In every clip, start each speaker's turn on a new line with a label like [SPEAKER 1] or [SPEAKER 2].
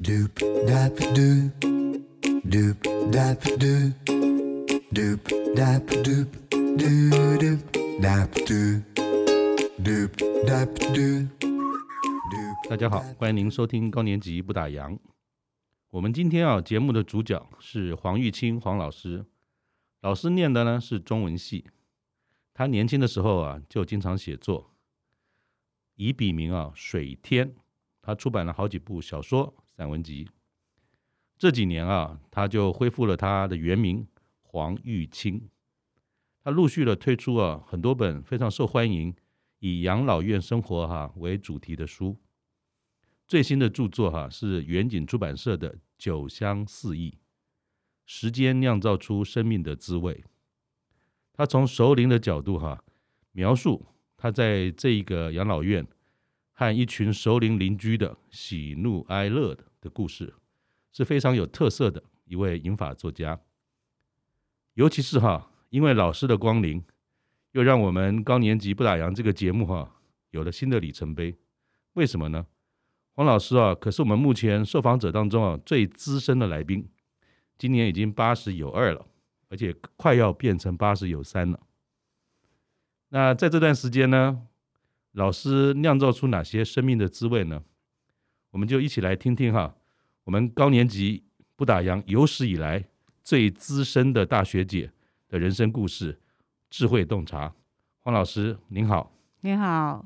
[SPEAKER 1] Doop dap doop, doop dap doop, doop dap doop, doo doop dap doop, doop dap doop, doop.
[SPEAKER 2] 大家好，欢迎您收听高年级不打烊。我们今天啊，节目的主角是黄玉清黄老师，老师念的呢是中文系。他年轻的时候啊，就经常写作，以笔名啊水天。他出版了好几部小说、散文集。这几年啊，他就恢复了他的原名黄玉清。他陆续的推出啊很多本非常受欢迎，以养老院生活哈、为主题的书。最新的著作哈、是远景出版社的《酒香四溢》，时间酿造出生命的滋味。他从熟龄的角度哈、描述他在这一个养老院和一群熟龄邻居的喜怒哀乐的的故事，是非常有特色的一位银发作家。尤其是哈，因为老师的光临，又让我们高年级不打烊这个节目哈有了新的里程碑。为什么呢？黄老师啊，可是我们目前受访者当中啊最资深的来宾，今年已经八十有二了，而且快要变成八十有三了。那在这段时间呢，老师酿造出哪些生命的滋味呢？我们就一起来听听哈，我们高年级不打烊有史以来最资深的大学姐的人生故事、智慧洞察。黄老师您好，
[SPEAKER 3] 你好，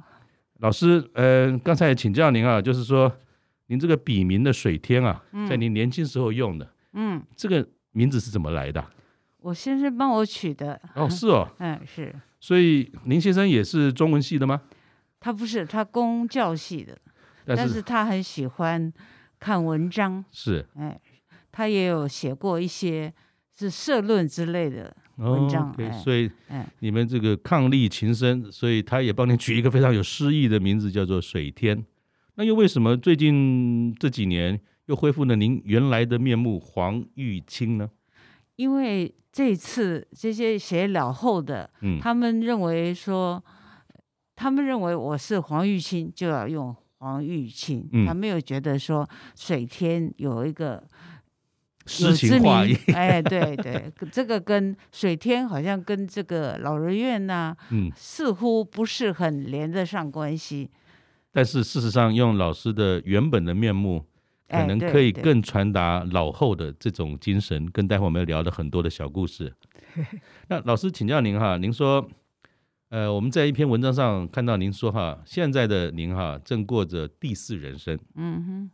[SPEAKER 2] 老师，呃，刚才请教您啊，就是说您这个笔名的水天啊，在您年轻时候用的，
[SPEAKER 3] 嗯，
[SPEAKER 2] 这个名字是怎么来的啊？
[SPEAKER 3] 我先生帮我取的，
[SPEAKER 2] 哦，是哦，
[SPEAKER 3] 嗯，是
[SPEAKER 2] 所以林先生也是中文系的吗？
[SPEAKER 3] 他不是他公教系的，
[SPEAKER 2] 但
[SPEAKER 3] 但
[SPEAKER 2] 是
[SPEAKER 3] 是他很喜欢看文章，
[SPEAKER 2] 是
[SPEAKER 3] 哎，他也有写过一些是社论之类的，
[SPEAKER 2] 哦
[SPEAKER 3] 文章
[SPEAKER 2] OK，
[SPEAKER 3] 哎
[SPEAKER 2] 所以
[SPEAKER 3] 哎，
[SPEAKER 2] 你们这个伉俪情深，所以他也帮您取一个非常有诗意的名字，叫做水天。那又为什么最近这几年又恢复了您原来的面目黄玉清呢？
[SPEAKER 3] 因为这次这些写老后的，
[SPEAKER 2] 嗯，
[SPEAKER 3] 他们认为说，他们认为我是黄玉清，就要用黄玉清，
[SPEAKER 2] 嗯
[SPEAKER 3] 他没有觉得说水天有一个有
[SPEAKER 2] 诗
[SPEAKER 3] 知
[SPEAKER 2] 情画
[SPEAKER 3] 名
[SPEAKER 2] 意，
[SPEAKER 3] 哎，对对，这个跟水天好像跟这个老人院呐、
[SPEAKER 2] 嗯，
[SPEAKER 3] 似乎不是很连得上关系。
[SPEAKER 2] 但是事实上，用老师的原本的面目，可
[SPEAKER 3] 哎
[SPEAKER 2] 能
[SPEAKER 3] 对
[SPEAKER 2] 可以
[SPEAKER 3] 对
[SPEAKER 2] 更传达老后的这种精神，跟待会我们聊的很多的小故 事。那老师请教您哈，您说，呃，我们在一篇文章上看到您说哈，现在的您哈正过着第四人生，
[SPEAKER 3] 嗯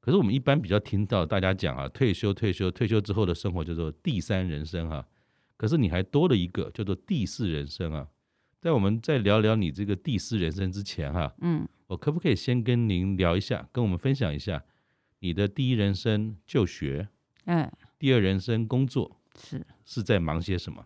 [SPEAKER 2] 可是我们一般比较听到大家讲啊，退休退休退休之后的生活叫做第三人生哈、可是你还多了一个叫做第四人生啊。在我们在聊聊你这个第四人生之前哈、
[SPEAKER 3] 哼，嗯，
[SPEAKER 2] 我可不可以先跟您聊一下，跟我们分享一下你的第一人生就学，
[SPEAKER 3] 哎，
[SPEAKER 2] 第二人生工作
[SPEAKER 3] 是
[SPEAKER 2] 是在忙些什么？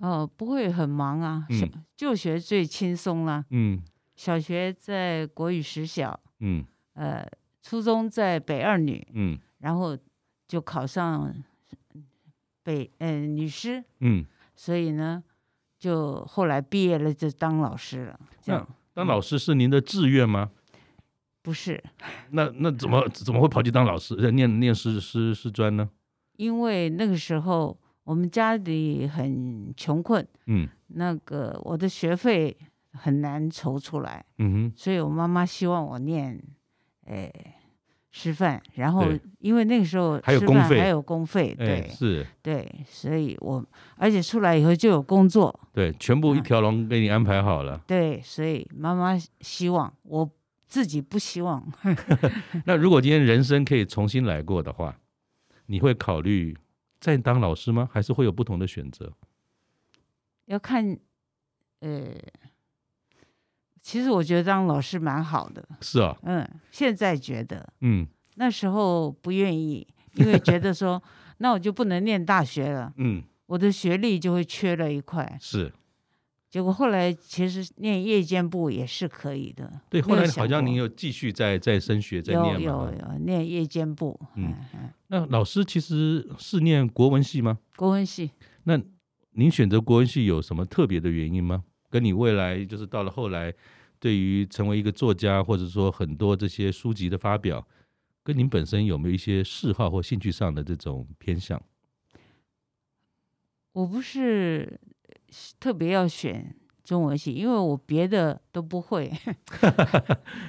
[SPEAKER 3] 哦，不会很忙啊，小
[SPEAKER 2] 嗯
[SPEAKER 3] 就学最轻松啦。
[SPEAKER 2] 嗯
[SPEAKER 3] 小学在国语实小，
[SPEAKER 2] 嗯
[SPEAKER 3] 呃，初中在北二女，
[SPEAKER 2] 嗯
[SPEAKER 3] 然后就考上北呃女师，
[SPEAKER 2] 嗯。
[SPEAKER 3] 所以呢，就后来毕业了就当老师了。这
[SPEAKER 2] 那
[SPEAKER 3] 样
[SPEAKER 2] 当老师是您的志愿吗？
[SPEAKER 3] 不是，
[SPEAKER 2] 那那怎么怎么会跑去当老师，呃念念师师师专呢？
[SPEAKER 3] 因为那个时候我们家里很穷困，
[SPEAKER 2] 嗯
[SPEAKER 3] 那个我的学费很难筹出来，
[SPEAKER 2] 嗯
[SPEAKER 3] 所以我妈妈希望我念，诶、师范。然后
[SPEAKER 2] 对
[SPEAKER 3] 因为那个时候
[SPEAKER 2] 还有
[SPEAKER 3] 师
[SPEAKER 2] 公
[SPEAKER 3] 范
[SPEAKER 2] 费
[SPEAKER 3] 还有公费，
[SPEAKER 2] 哼，哎
[SPEAKER 3] 对、
[SPEAKER 2] 是，
[SPEAKER 3] 对，所以我而且出来以后就有工作，
[SPEAKER 2] 对，全部一条龙给你安排好 了。
[SPEAKER 3] 对，所以妈妈希望我自己不希望，
[SPEAKER 2] 那如果今天人生可以重新来过的话，你会考虑再当老师吗？还是会有不同的选择？
[SPEAKER 3] 要看，呃，其实我觉得当老师蛮好的，
[SPEAKER 2] 是啊，
[SPEAKER 3] 嗯，现在觉得。
[SPEAKER 2] 嗯
[SPEAKER 3] 那时候不愿意，因为觉得说，那我就不能念大学了，
[SPEAKER 2] 嗯
[SPEAKER 3] 我的学历就会缺了一块。
[SPEAKER 2] 是。
[SPEAKER 3] 结果后来其实念夜间部也是可以的。
[SPEAKER 2] 对，
[SPEAKER 3] 没
[SPEAKER 2] 后来
[SPEAKER 3] 有
[SPEAKER 2] 好
[SPEAKER 3] 想
[SPEAKER 2] 像您
[SPEAKER 3] 过
[SPEAKER 2] 有继续在在升学，在
[SPEAKER 3] 有
[SPEAKER 2] 念嘛
[SPEAKER 3] 有。有念夜间部，
[SPEAKER 2] 嗯
[SPEAKER 3] 嗯嗯，
[SPEAKER 2] 那老师其实是念国文系吗？
[SPEAKER 3] 国文系
[SPEAKER 2] 您选择国文系有什么特别的原因吗？跟你未来就是到了后来，对于成为一个作家，或者说很多这些书籍的发表，跟您本身有没有一些嗜好或兴趣上的这种偏向？
[SPEAKER 3] 我不是特别要选中文系，因为我别的都不会，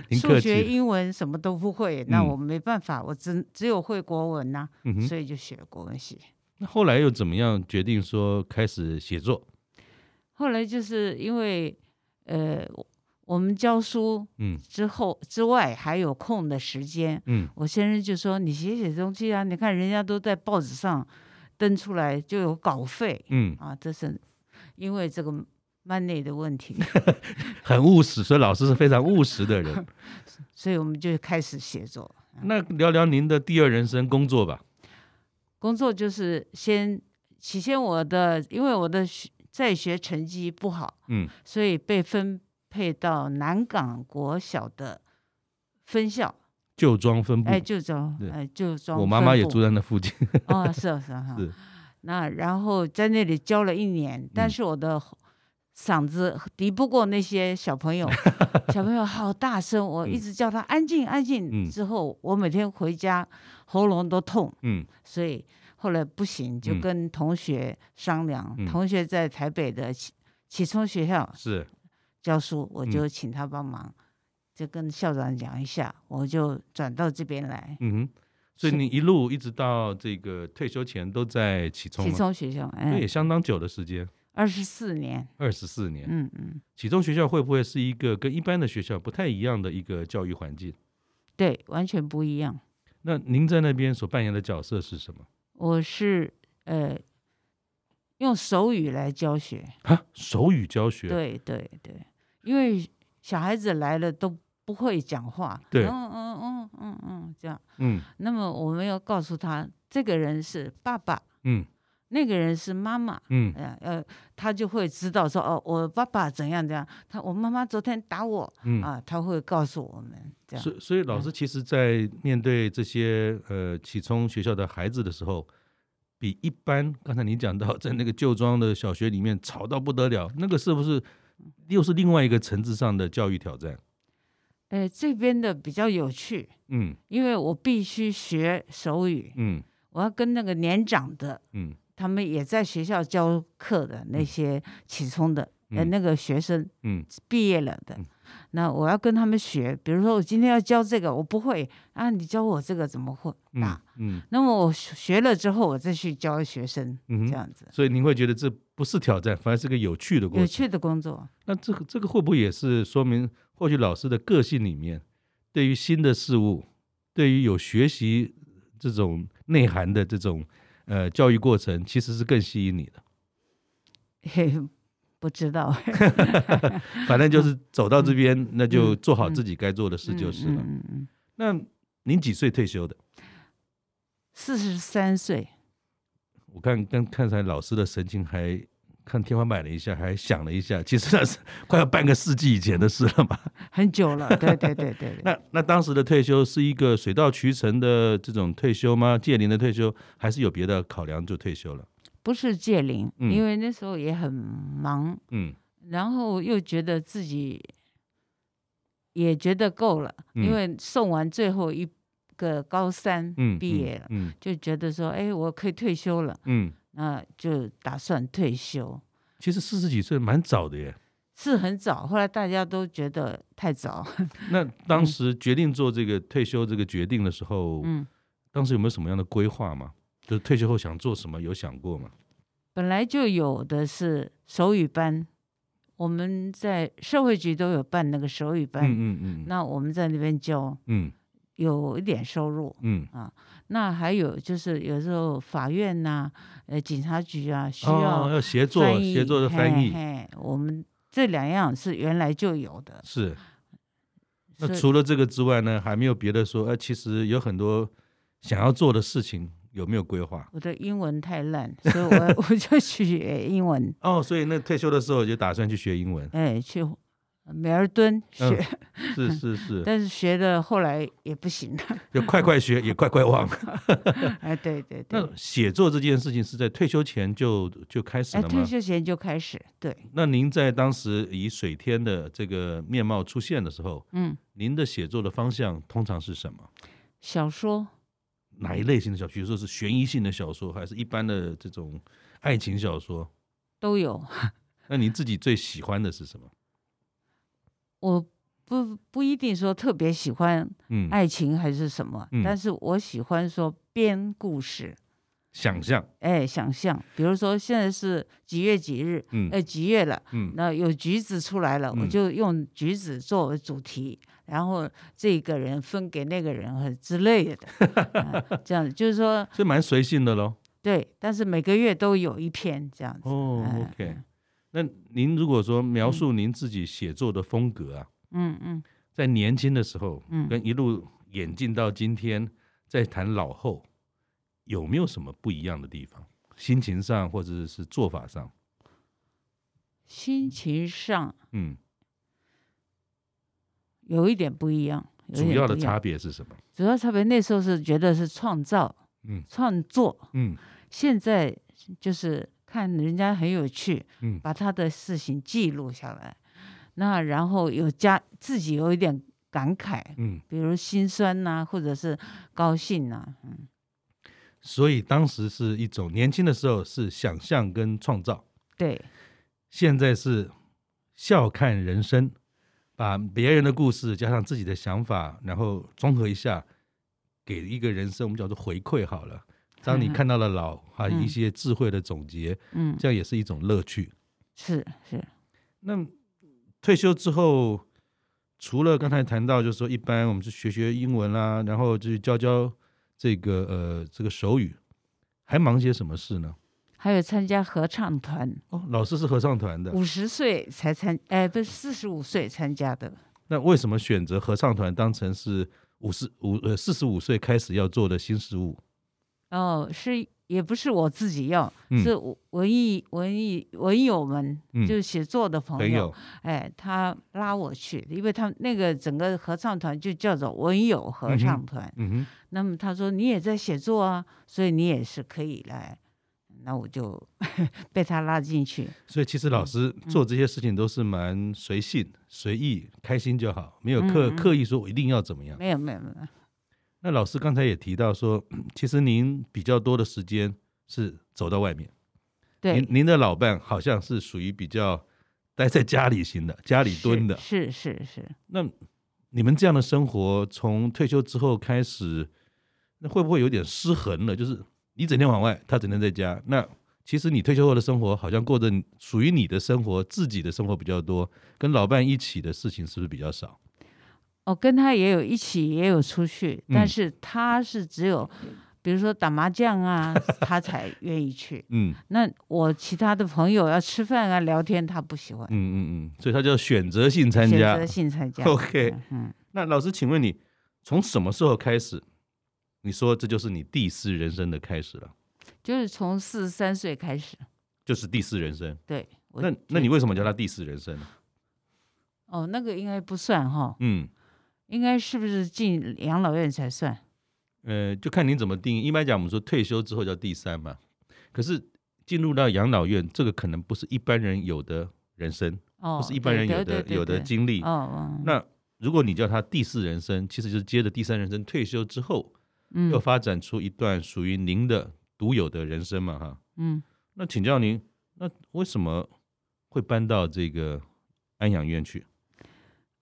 [SPEAKER 2] 您
[SPEAKER 3] 数
[SPEAKER 2] 客
[SPEAKER 3] 学、
[SPEAKER 2] 气，
[SPEAKER 3] 英文什么都不会，那
[SPEAKER 2] 嗯
[SPEAKER 3] 我没办法，我只只有会国文呐、
[SPEAKER 2] 嗯哼。
[SPEAKER 3] 所以就学国文系。
[SPEAKER 2] 那后来又怎么样决定说开始写作？
[SPEAKER 3] 后来就是因为呃，我们教书
[SPEAKER 2] 嗯
[SPEAKER 3] 之后之外还有空的时间，
[SPEAKER 2] 嗯
[SPEAKER 3] 我先生就说：“你写写东西啊，你看人家都在报纸上登出来，就有稿费
[SPEAKER 2] 嗯，
[SPEAKER 3] 啊。”这是因为这个 money 的问题，
[SPEAKER 2] 很务实，所以老师是非常务实的人。
[SPEAKER 3] 所以我们就开始写作。
[SPEAKER 2] 那聊聊您的第二人生工作吧。
[SPEAKER 3] 工作就是先起先我的，因为我的学在学成绩不好，
[SPEAKER 2] 嗯
[SPEAKER 3] 所以被分配到南港国小的分校，
[SPEAKER 2] 旧庄分部，
[SPEAKER 3] 哎，就装
[SPEAKER 2] 嗯对
[SPEAKER 3] 哎就装。
[SPEAKER 2] 我妈妈也住在那附近。
[SPEAKER 3] 哦，是啊是啊哈
[SPEAKER 2] 是。
[SPEAKER 3] 那然后在那里教了一年，但
[SPEAKER 2] 嗯
[SPEAKER 3] 是我的吼嗓子敌不过那些小 朋友，小朋友好大声，我一
[SPEAKER 2] 嗯
[SPEAKER 3] 直叫他安静安静。
[SPEAKER 2] 嗯
[SPEAKER 3] 之后我每天回家喉咙都痛，
[SPEAKER 2] 嗯
[SPEAKER 3] 所以后来不行，就
[SPEAKER 2] 嗯
[SPEAKER 3] 跟同学商量，
[SPEAKER 2] 嗯
[SPEAKER 3] 同学在台北的启启聪学校
[SPEAKER 2] 是
[SPEAKER 3] 教书，
[SPEAKER 2] 嗯
[SPEAKER 3] 我就请他帮忙，就跟校长讲一下，我就转到这边来。
[SPEAKER 2] 嗯哼，所以
[SPEAKER 3] 是
[SPEAKER 2] 你一路一直到这个退休前都在启聪
[SPEAKER 3] 启
[SPEAKER 2] 吗，
[SPEAKER 3] 聪学校，
[SPEAKER 2] 那
[SPEAKER 3] 哎
[SPEAKER 2] 也，相当久的时间，
[SPEAKER 3] 二十四年，
[SPEAKER 2] 二十四年。
[SPEAKER 3] 嗯嗯，
[SPEAKER 2] 启聪学校会不会是一个跟一般的学校不太一样的一个教育环境？
[SPEAKER 3] 对，完全不一样。
[SPEAKER 2] 那您在那边所扮演的角色是什么？
[SPEAKER 3] 我是呃，用手语来教学，
[SPEAKER 2] 啊，手语教学。
[SPEAKER 3] 对对对，因为小孩子来了都不会讲话，
[SPEAKER 2] 对
[SPEAKER 3] 嗯嗯嗯嗯嗯，这样。
[SPEAKER 2] 嗯
[SPEAKER 3] 那么我们要告诉他，这个人是爸爸，
[SPEAKER 2] 嗯
[SPEAKER 3] 那个人是妈妈，
[SPEAKER 2] 嗯
[SPEAKER 3] 呃呃，他就会知道说，哦，我爸爸怎样怎样，他我妈妈昨天打我
[SPEAKER 2] 嗯。
[SPEAKER 3] 啊，他会告诉我们这样。嗯
[SPEAKER 2] 所以所以老师其实，在面对这些呃启聪学校的孩子的时候，比一般刚才您讲到在那个旧庄的小学里面吵到不得了，那个是不是又是另外一个层次上的教育挑战？
[SPEAKER 3] 呃，这边的比较有趣，
[SPEAKER 2] 嗯
[SPEAKER 3] 因为我必须学手语，
[SPEAKER 2] 嗯
[SPEAKER 3] 我要跟那个年长的，
[SPEAKER 2] 嗯
[SPEAKER 3] 他们也在学校教课的那些启聪的，呃，
[SPEAKER 2] 嗯
[SPEAKER 3] 那个学生
[SPEAKER 2] 嗯
[SPEAKER 3] 毕业了的
[SPEAKER 2] 嗯，
[SPEAKER 3] 那我要跟他们学，比如说我今天要教这个，我不会啊，你教我这个怎么会打？
[SPEAKER 2] 嗯嗯
[SPEAKER 3] 那么我学学了之后，我再去教学生，
[SPEAKER 2] 嗯
[SPEAKER 3] 这
[SPEAKER 2] 哼，
[SPEAKER 3] 样子
[SPEAKER 2] 所以您会觉得这不是挑战，反而是个有趣的过
[SPEAKER 3] 有
[SPEAKER 2] 程。
[SPEAKER 3] 趣的工作。
[SPEAKER 2] 那这个这个会不会也是说明，或许老师的个性里面，对于新的事物，对于有学习这种内涵的这种呃教育过程，其实是更吸引你的。
[SPEAKER 3] 嘿，不知道，
[SPEAKER 2] 反正就是走到这边，那就
[SPEAKER 3] 嗯
[SPEAKER 2] 做好自己该做的事就是了。
[SPEAKER 3] 嗯嗯嗯，
[SPEAKER 2] 那您几岁退休的？
[SPEAKER 3] 四十三岁，
[SPEAKER 2] 我看刚看才老师的神情还。看天花板了一下，还想了一下，其实那是快要半个世纪以前的事了嘛。
[SPEAKER 3] 很久了。对对对对对。
[SPEAKER 2] 那那当时的退休是一个水到渠成的这种退休吗？届龄的退休，还是有别的考量就退休了？
[SPEAKER 3] 不是戒龄，
[SPEAKER 2] 嗯
[SPEAKER 3] 因为那时候也很忙，
[SPEAKER 2] 嗯
[SPEAKER 3] 然后又觉得自己也觉得够了，
[SPEAKER 2] 嗯
[SPEAKER 3] 因为送完最后一个高三
[SPEAKER 2] 嗯，
[SPEAKER 3] 毕业了，
[SPEAKER 2] 嗯
[SPEAKER 3] 就觉得说，哎，我可以退休了，
[SPEAKER 2] 嗯，嗯
[SPEAKER 3] 那就打算退休。
[SPEAKER 2] 其实四十几岁蛮早的耶。
[SPEAKER 3] 是很早，后来大家都觉得太早。
[SPEAKER 2] 那当时决定做这个退休这个决定的时候，
[SPEAKER 3] 嗯，
[SPEAKER 2] 当时有没有什么样的规划吗？就是退休后想做什么，有想过吗？
[SPEAKER 3] 本来就有的是手语班，我们在社会局都有办那个手语班，
[SPEAKER 2] 嗯嗯嗯
[SPEAKER 3] 那我们在那边教，
[SPEAKER 2] 嗯
[SPEAKER 3] 有一点收入。
[SPEAKER 2] 嗯，
[SPEAKER 3] 那还有就是有时候法院呐、呃，警察局啊，需
[SPEAKER 2] 哦，
[SPEAKER 3] 要
[SPEAKER 2] 要协作
[SPEAKER 3] 翻，译、
[SPEAKER 2] 协作的翻
[SPEAKER 3] 嘿
[SPEAKER 2] 译
[SPEAKER 3] 嘿我们这两样是原来就有的。
[SPEAKER 2] 是。那
[SPEAKER 3] 所以
[SPEAKER 2] 除了这个之外呢，还没有别的说？呃，其实有很多想要做的事情，有没有规划？
[SPEAKER 3] 我的英文太烂，所以 我我就去学英文，
[SPEAKER 2] 哦，所以那退休的时候就打算去学英文，
[SPEAKER 3] 哎，去美尔顿学。
[SPEAKER 2] 嗯是是 是，
[SPEAKER 3] 但是学的后来也不行了。
[SPEAKER 2] 就快快学，也快快忘。
[SPEAKER 3] 哎，对对对，
[SPEAKER 2] 那写作这件事情是在退休前就就开始
[SPEAKER 3] 哎，
[SPEAKER 2] 了
[SPEAKER 3] 退
[SPEAKER 2] 吗？
[SPEAKER 3] 休前就开始，对，
[SPEAKER 2] 那您在当时以水天的这个面貌出现的时候，
[SPEAKER 3] 嗯，
[SPEAKER 2] 您的写作的方向通常是什么？
[SPEAKER 3] 小说，
[SPEAKER 2] 哪一类型的小说？比如说是悬疑性的小说，还是一般的这种爱情小说？
[SPEAKER 3] 都有。
[SPEAKER 2] 那你自己最喜欢的是什么？
[SPEAKER 3] 我不不一定说特别喜欢
[SPEAKER 2] 嗯，
[SPEAKER 3] 爱情还是什么，
[SPEAKER 2] 嗯
[SPEAKER 3] 但是我喜欢说编故事，
[SPEAKER 2] 想象，
[SPEAKER 3] 哎，想象，比如说现在是几月几日，
[SPEAKER 2] 嗯
[SPEAKER 3] 呃，几月了，
[SPEAKER 2] 嗯
[SPEAKER 3] 那有橘子出来了，我
[SPEAKER 2] 嗯
[SPEAKER 3] 就用橘子作为主题，然后这个人分给那个人和之 类的，啊这样子就是说
[SPEAKER 2] 所以蛮随性的喽。
[SPEAKER 3] 对，但是每个月都有一篇这样子。
[SPEAKER 2] 哦
[SPEAKER 3] 哎
[SPEAKER 2] ，OK。那您如果说描述您自己写作的风格啊，
[SPEAKER 3] 嗯嗯
[SPEAKER 2] 在年轻的时候，
[SPEAKER 3] 嗯
[SPEAKER 2] 跟一路演进到今天，再谈老后，有没有什么不一样的地方？心情上或者是做法上？
[SPEAKER 3] 心情上
[SPEAKER 2] 嗯，
[SPEAKER 3] 有一点不一样，有一
[SPEAKER 2] 主
[SPEAKER 3] 点
[SPEAKER 2] 要
[SPEAKER 3] 不
[SPEAKER 2] 的
[SPEAKER 3] 一样
[SPEAKER 2] 差别是什么？
[SPEAKER 3] 主要差别那时候是觉得是创造
[SPEAKER 2] 嗯
[SPEAKER 3] 创作，
[SPEAKER 2] 嗯
[SPEAKER 3] 现在就是看人家很有趣，
[SPEAKER 2] 嗯
[SPEAKER 3] 把他的事情记录下来，那然后有加自己有一点感慨，
[SPEAKER 2] 嗯。
[SPEAKER 3] 比如心酸呐、或者是高兴呐、嗯，
[SPEAKER 2] 所以当时是一种年轻的时候是想象跟创造，
[SPEAKER 3] 对，
[SPEAKER 2] 现在是笑看人生，把别人的故事加上自己的想法，然后综合一下，给一个人生我们叫做回馈好了。当你
[SPEAKER 3] 嗯
[SPEAKER 2] 看到了老，还有
[SPEAKER 3] 嗯
[SPEAKER 2] 一些智慧的总结，
[SPEAKER 3] 嗯，
[SPEAKER 2] 这样也是一种乐趣。
[SPEAKER 3] 是是，
[SPEAKER 2] 那退休之后，除了刚才谈到，就是说一般我们是学学英文啦、然后就是教教这个呃这个手语，还忙些什么事呢？
[SPEAKER 3] 还有参加合唱团，
[SPEAKER 2] 哦，老师是合唱团的，
[SPEAKER 3] 五十岁才参，哎，不是四十五岁参加的，
[SPEAKER 2] 那为什么选择合唱团当成是五十五呃四十五岁开始要做的新事物？
[SPEAKER 3] 哦，是也不是我自己要，
[SPEAKER 2] 嗯
[SPEAKER 3] 是我文艺文艺文友们，
[SPEAKER 2] 嗯
[SPEAKER 3] 就是写作的朋
[SPEAKER 2] 朋
[SPEAKER 3] 友，
[SPEAKER 2] 友，
[SPEAKER 3] 哎，他拉我去，因为他们那个整个合唱团就叫做文友合
[SPEAKER 2] 嗯
[SPEAKER 3] 唱团。
[SPEAKER 2] 嗯哼，
[SPEAKER 3] 那么他说你也在写作啊，所以你也是可以来。那我就 被他拉进去，
[SPEAKER 2] 所以其
[SPEAKER 3] 嗯
[SPEAKER 2] 实老师做这些事情都是蛮随性、随意、开心就好，没有
[SPEAKER 3] 嗯
[SPEAKER 2] 刻
[SPEAKER 3] 嗯
[SPEAKER 2] 刻意说我一定要怎么样。
[SPEAKER 3] 没有没有没有，
[SPEAKER 2] 那老师刚才也提到说，其实您比较多的时间是走到外面，您
[SPEAKER 3] 对，
[SPEAKER 2] 您的老伴好像是属于比较待在家里型的，家里蹲的。
[SPEAKER 3] 是是是是，
[SPEAKER 2] 那你们这样的生活，从退休之后开始，那会不会有点失衡了？就是你整天往外，他整天在家。那其实你退休后的生活，好像过着你属于你的生活，自己的生活比较多，跟老伴一起的事情是不是比较少？
[SPEAKER 3] 哦，跟他也有一起也有出去，但
[SPEAKER 2] 嗯
[SPEAKER 3] 是他是只有，比如说打麻将啊，他才愿意去。
[SPEAKER 2] 嗯
[SPEAKER 3] 那我其他的朋友要吃饭啊、聊天，他不喜欢
[SPEAKER 2] 嗯，嗯嗯，所以他叫选择性参
[SPEAKER 3] 选
[SPEAKER 2] 加
[SPEAKER 3] 择。性参加。
[SPEAKER 2] OK
[SPEAKER 3] 嗯，
[SPEAKER 2] 那老师，请问你从什么时候开始？你说这就是你第四人生的开始了，
[SPEAKER 3] 就是从四十三岁开始，
[SPEAKER 2] 就是第四人生。
[SPEAKER 3] 对。我
[SPEAKER 2] 那那你为什么叫他第四人生呢？
[SPEAKER 3] 哦，那个应该不算哈，
[SPEAKER 2] 嗯，
[SPEAKER 3] 应该是不是进养老院才算？
[SPEAKER 2] 呃，就看您怎么定义。一般讲，我们说退休之后叫第三嘛，可是进入到养老院，这个可能不是一般人有的人生，
[SPEAKER 3] 哦，
[SPEAKER 2] 不是一般
[SPEAKER 3] 对
[SPEAKER 2] 人
[SPEAKER 3] 对
[SPEAKER 2] 有的
[SPEAKER 3] 对对
[SPEAKER 2] 有的
[SPEAKER 3] 对
[SPEAKER 2] 经历。
[SPEAKER 3] 哦，嗯
[SPEAKER 2] 那如果你叫他第四人生，其实就是接着第三人生退休之后，又
[SPEAKER 3] 嗯
[SPEAKER 2] 发展出一段属于您的独有的人生嘛，哈。
[SPEAKER 3] 嗯，
[SPEAKER 2] 那请教您，那为什么会搬到这个安养院去？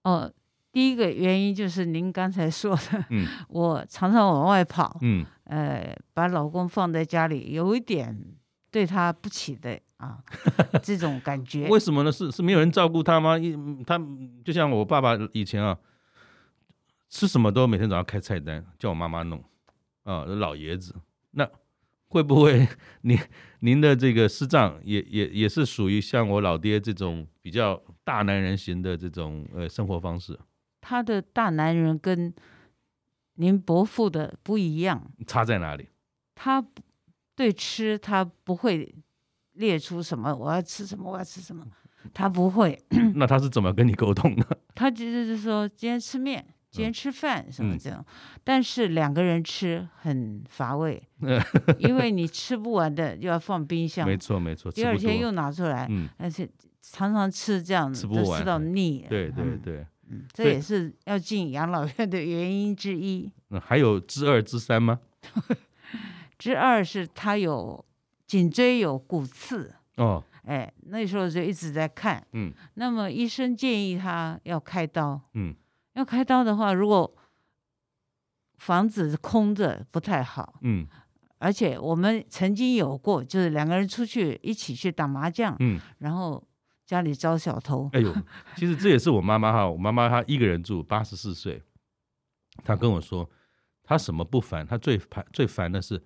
[SPEAKER 3] 哦，第一个原因就是您刚才说的，
[SPEAKER 2] 嗯
[SPEAKER 3] 我常常往外跑，
[SPEAKER 2] 嗯，
[SPEAKER 3] 呃，把老公放在家里，有一点对他不起的啊，这种感觉
[SPEAKER 2] 为。什么呢？是是没有人照顾他吗？一嗯他就像我爸爸以前啊，吃什么都每天早上开菜单，叫我妈妈弄啊，老爷子。那会不会 您您的这个师丈也也也是属于像我老爹这种比较大男人型的这种呃生活方式，
[SPEAKER 3] 他的大男人跟您伯父的不一样，
[SPEAKER 2] 差在哪里？
[SPEAKER 3] 他不对吃他不会列出什么我要吃什么我要吃什么，
[SPEAKER 2] 嗯
[SPEAKER 3] 他不会，
[SPEAKER 2] 那他是怎么跟你沟 通的？
[SPEAKER 3] 他只是说今天吃面，今天吃饭什么
[SPEAKER 2] 嗯，
[SPEAKER 3] 这种，但是两个人吃很乏味 因为你吃不完的又要放冰箱
[SPEAKER 2] 嗯没，错没错，吃
[SPEAKER 3] 第二
[SPEAKER 2] 不
[SPEAKER 3] 天
[SPEAKER 2] 多。
[SPEAKER 3] 又拿出来，
[SPEAKER 2] 嗯，
[SPEAKER 3] 而且常常吃这样子
[SPEAKER 2] 吃不
[SPEAKER 3] 都
[SPEAKER 2] 完哎
[SPEAKER 3] 吃到腻了，
[SPEAKER 2] 对对
[SPEAKER 3] 嗯
[SPEAKER 2] 对。
[SPEAKER 3] 嗯，这
[SPEAKER 2] 对
[SPEAKER 3] 也是要进养老院的原因之一。
[SPEAKER 2] 那还有之二、之三吗？
[SPEAKER 3] 之二是他有颈椎有骨刺，
[SPEAKER 2] 哦，
[SPEAKER 3] 哎，那时候就一直在看。
[SPEAKER 2] 嗯
[SPEAKER 3] 那么医生建议他要开刀，
[SPEAKER 2] 嗯，
[SPEAKER 3] 要开刀的话，如果房子空着不太好，
[SPEAKER 2] 嗯
[SPEAKER 3] 而且我们曾经有过，就是两个人出去一起去打麻将，
[SPEAKER 2] 嗯，
[SPEAKER 3] 然后家里招小偷，
[SPEAKER 2] 哎呦，其实这也是我妈妈哈，我妈妈她一个人住，八十四岁，她跟我说，她什么不烦，她最烦最烦的是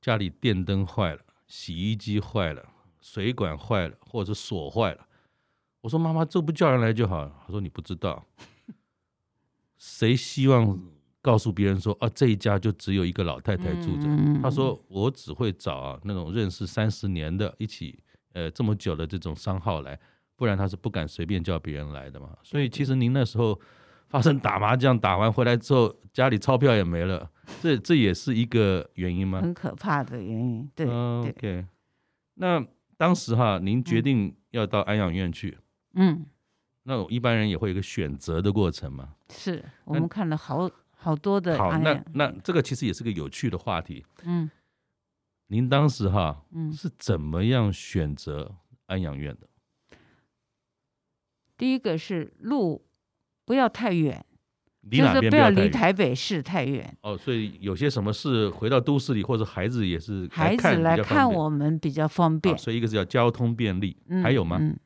[SPEAKER 2] 家里电灯坏了、洗衣机坏了、水管坏了，或者是锁坏了。我说妈妈，这不叫人来就好了。她说你不知道，谁希望告诉别人说啊这一家就只有一个老太太住着？
[SPEAKER 3] 嗯
[SPEAKER 2] 她说我只会找啊那种认识三十年的一起呃这么久的这种商号来，不然她是不敢随便叫别人来的嘛。所以其实您那时候发生打麻将打完回来之后，家里钞票也没了，这这也是一个原因吗？
[SPEAKER 3] 很可怕的原因。嗯对、
[SPEAKER 2] o
[SPEAKER 3] 对，
[SPEAKER 2] k 那当时哈，您决定要到安养院去，
[SPEAKER 3] 嗯，
[SPEAKER 2] 那我一般人也会有一个选择的过程嘛。
[SPEAKER 3] 是我
[SPEAKER 2] 那
[SPEAKER 3] 们看了好好多的
[SPEAKER 2] 好，
[SPEAKER 3] 案
[SPEAKER 2] 那
[SPEAKER 3] 例
[SPEAKER 2] 那这个其实也是个有趣的话题。
[SPEAKER 3] 嗯
[SPEAKER 2] 您当时哈
[SPEAKER 3] 嗯，
[SPEAKER 2] 是怎么样选择安养院的？
[SPEAKER 3] 第一个是路不要太远，
[SPEAKER 2] 离
[SPEAKER 3] 就
[SPEAKER 2] 哪
[SPEAKER 3] 是
[SPEAKER 2] 边
[SPEAKER 3] 不要
[SPEAKER 2] 太
[SPEAKER 3] 离
[SPEAKER 2] 远
[SPEAKER 3] 台北市太远，
[SPEAKER 2] 哦，所以有些什么事回到都市里，或者孩子也是
[SPEAKER 3] 孩子来
[SPEAKER 2] 来比较方
[SPEAKER 3] 看
[SPEAKER 2] 便
[SPEAKER 3] 我们比较方
[SPEAKER 2] 啊
[SPEAKER 3] 便。
[SPEAKER 2] 所以一个是叫交通便利，
[SPEAKER 3] 嗯
[SPEAKER 2] 还有吗？
[SPEAKER 3] 嗯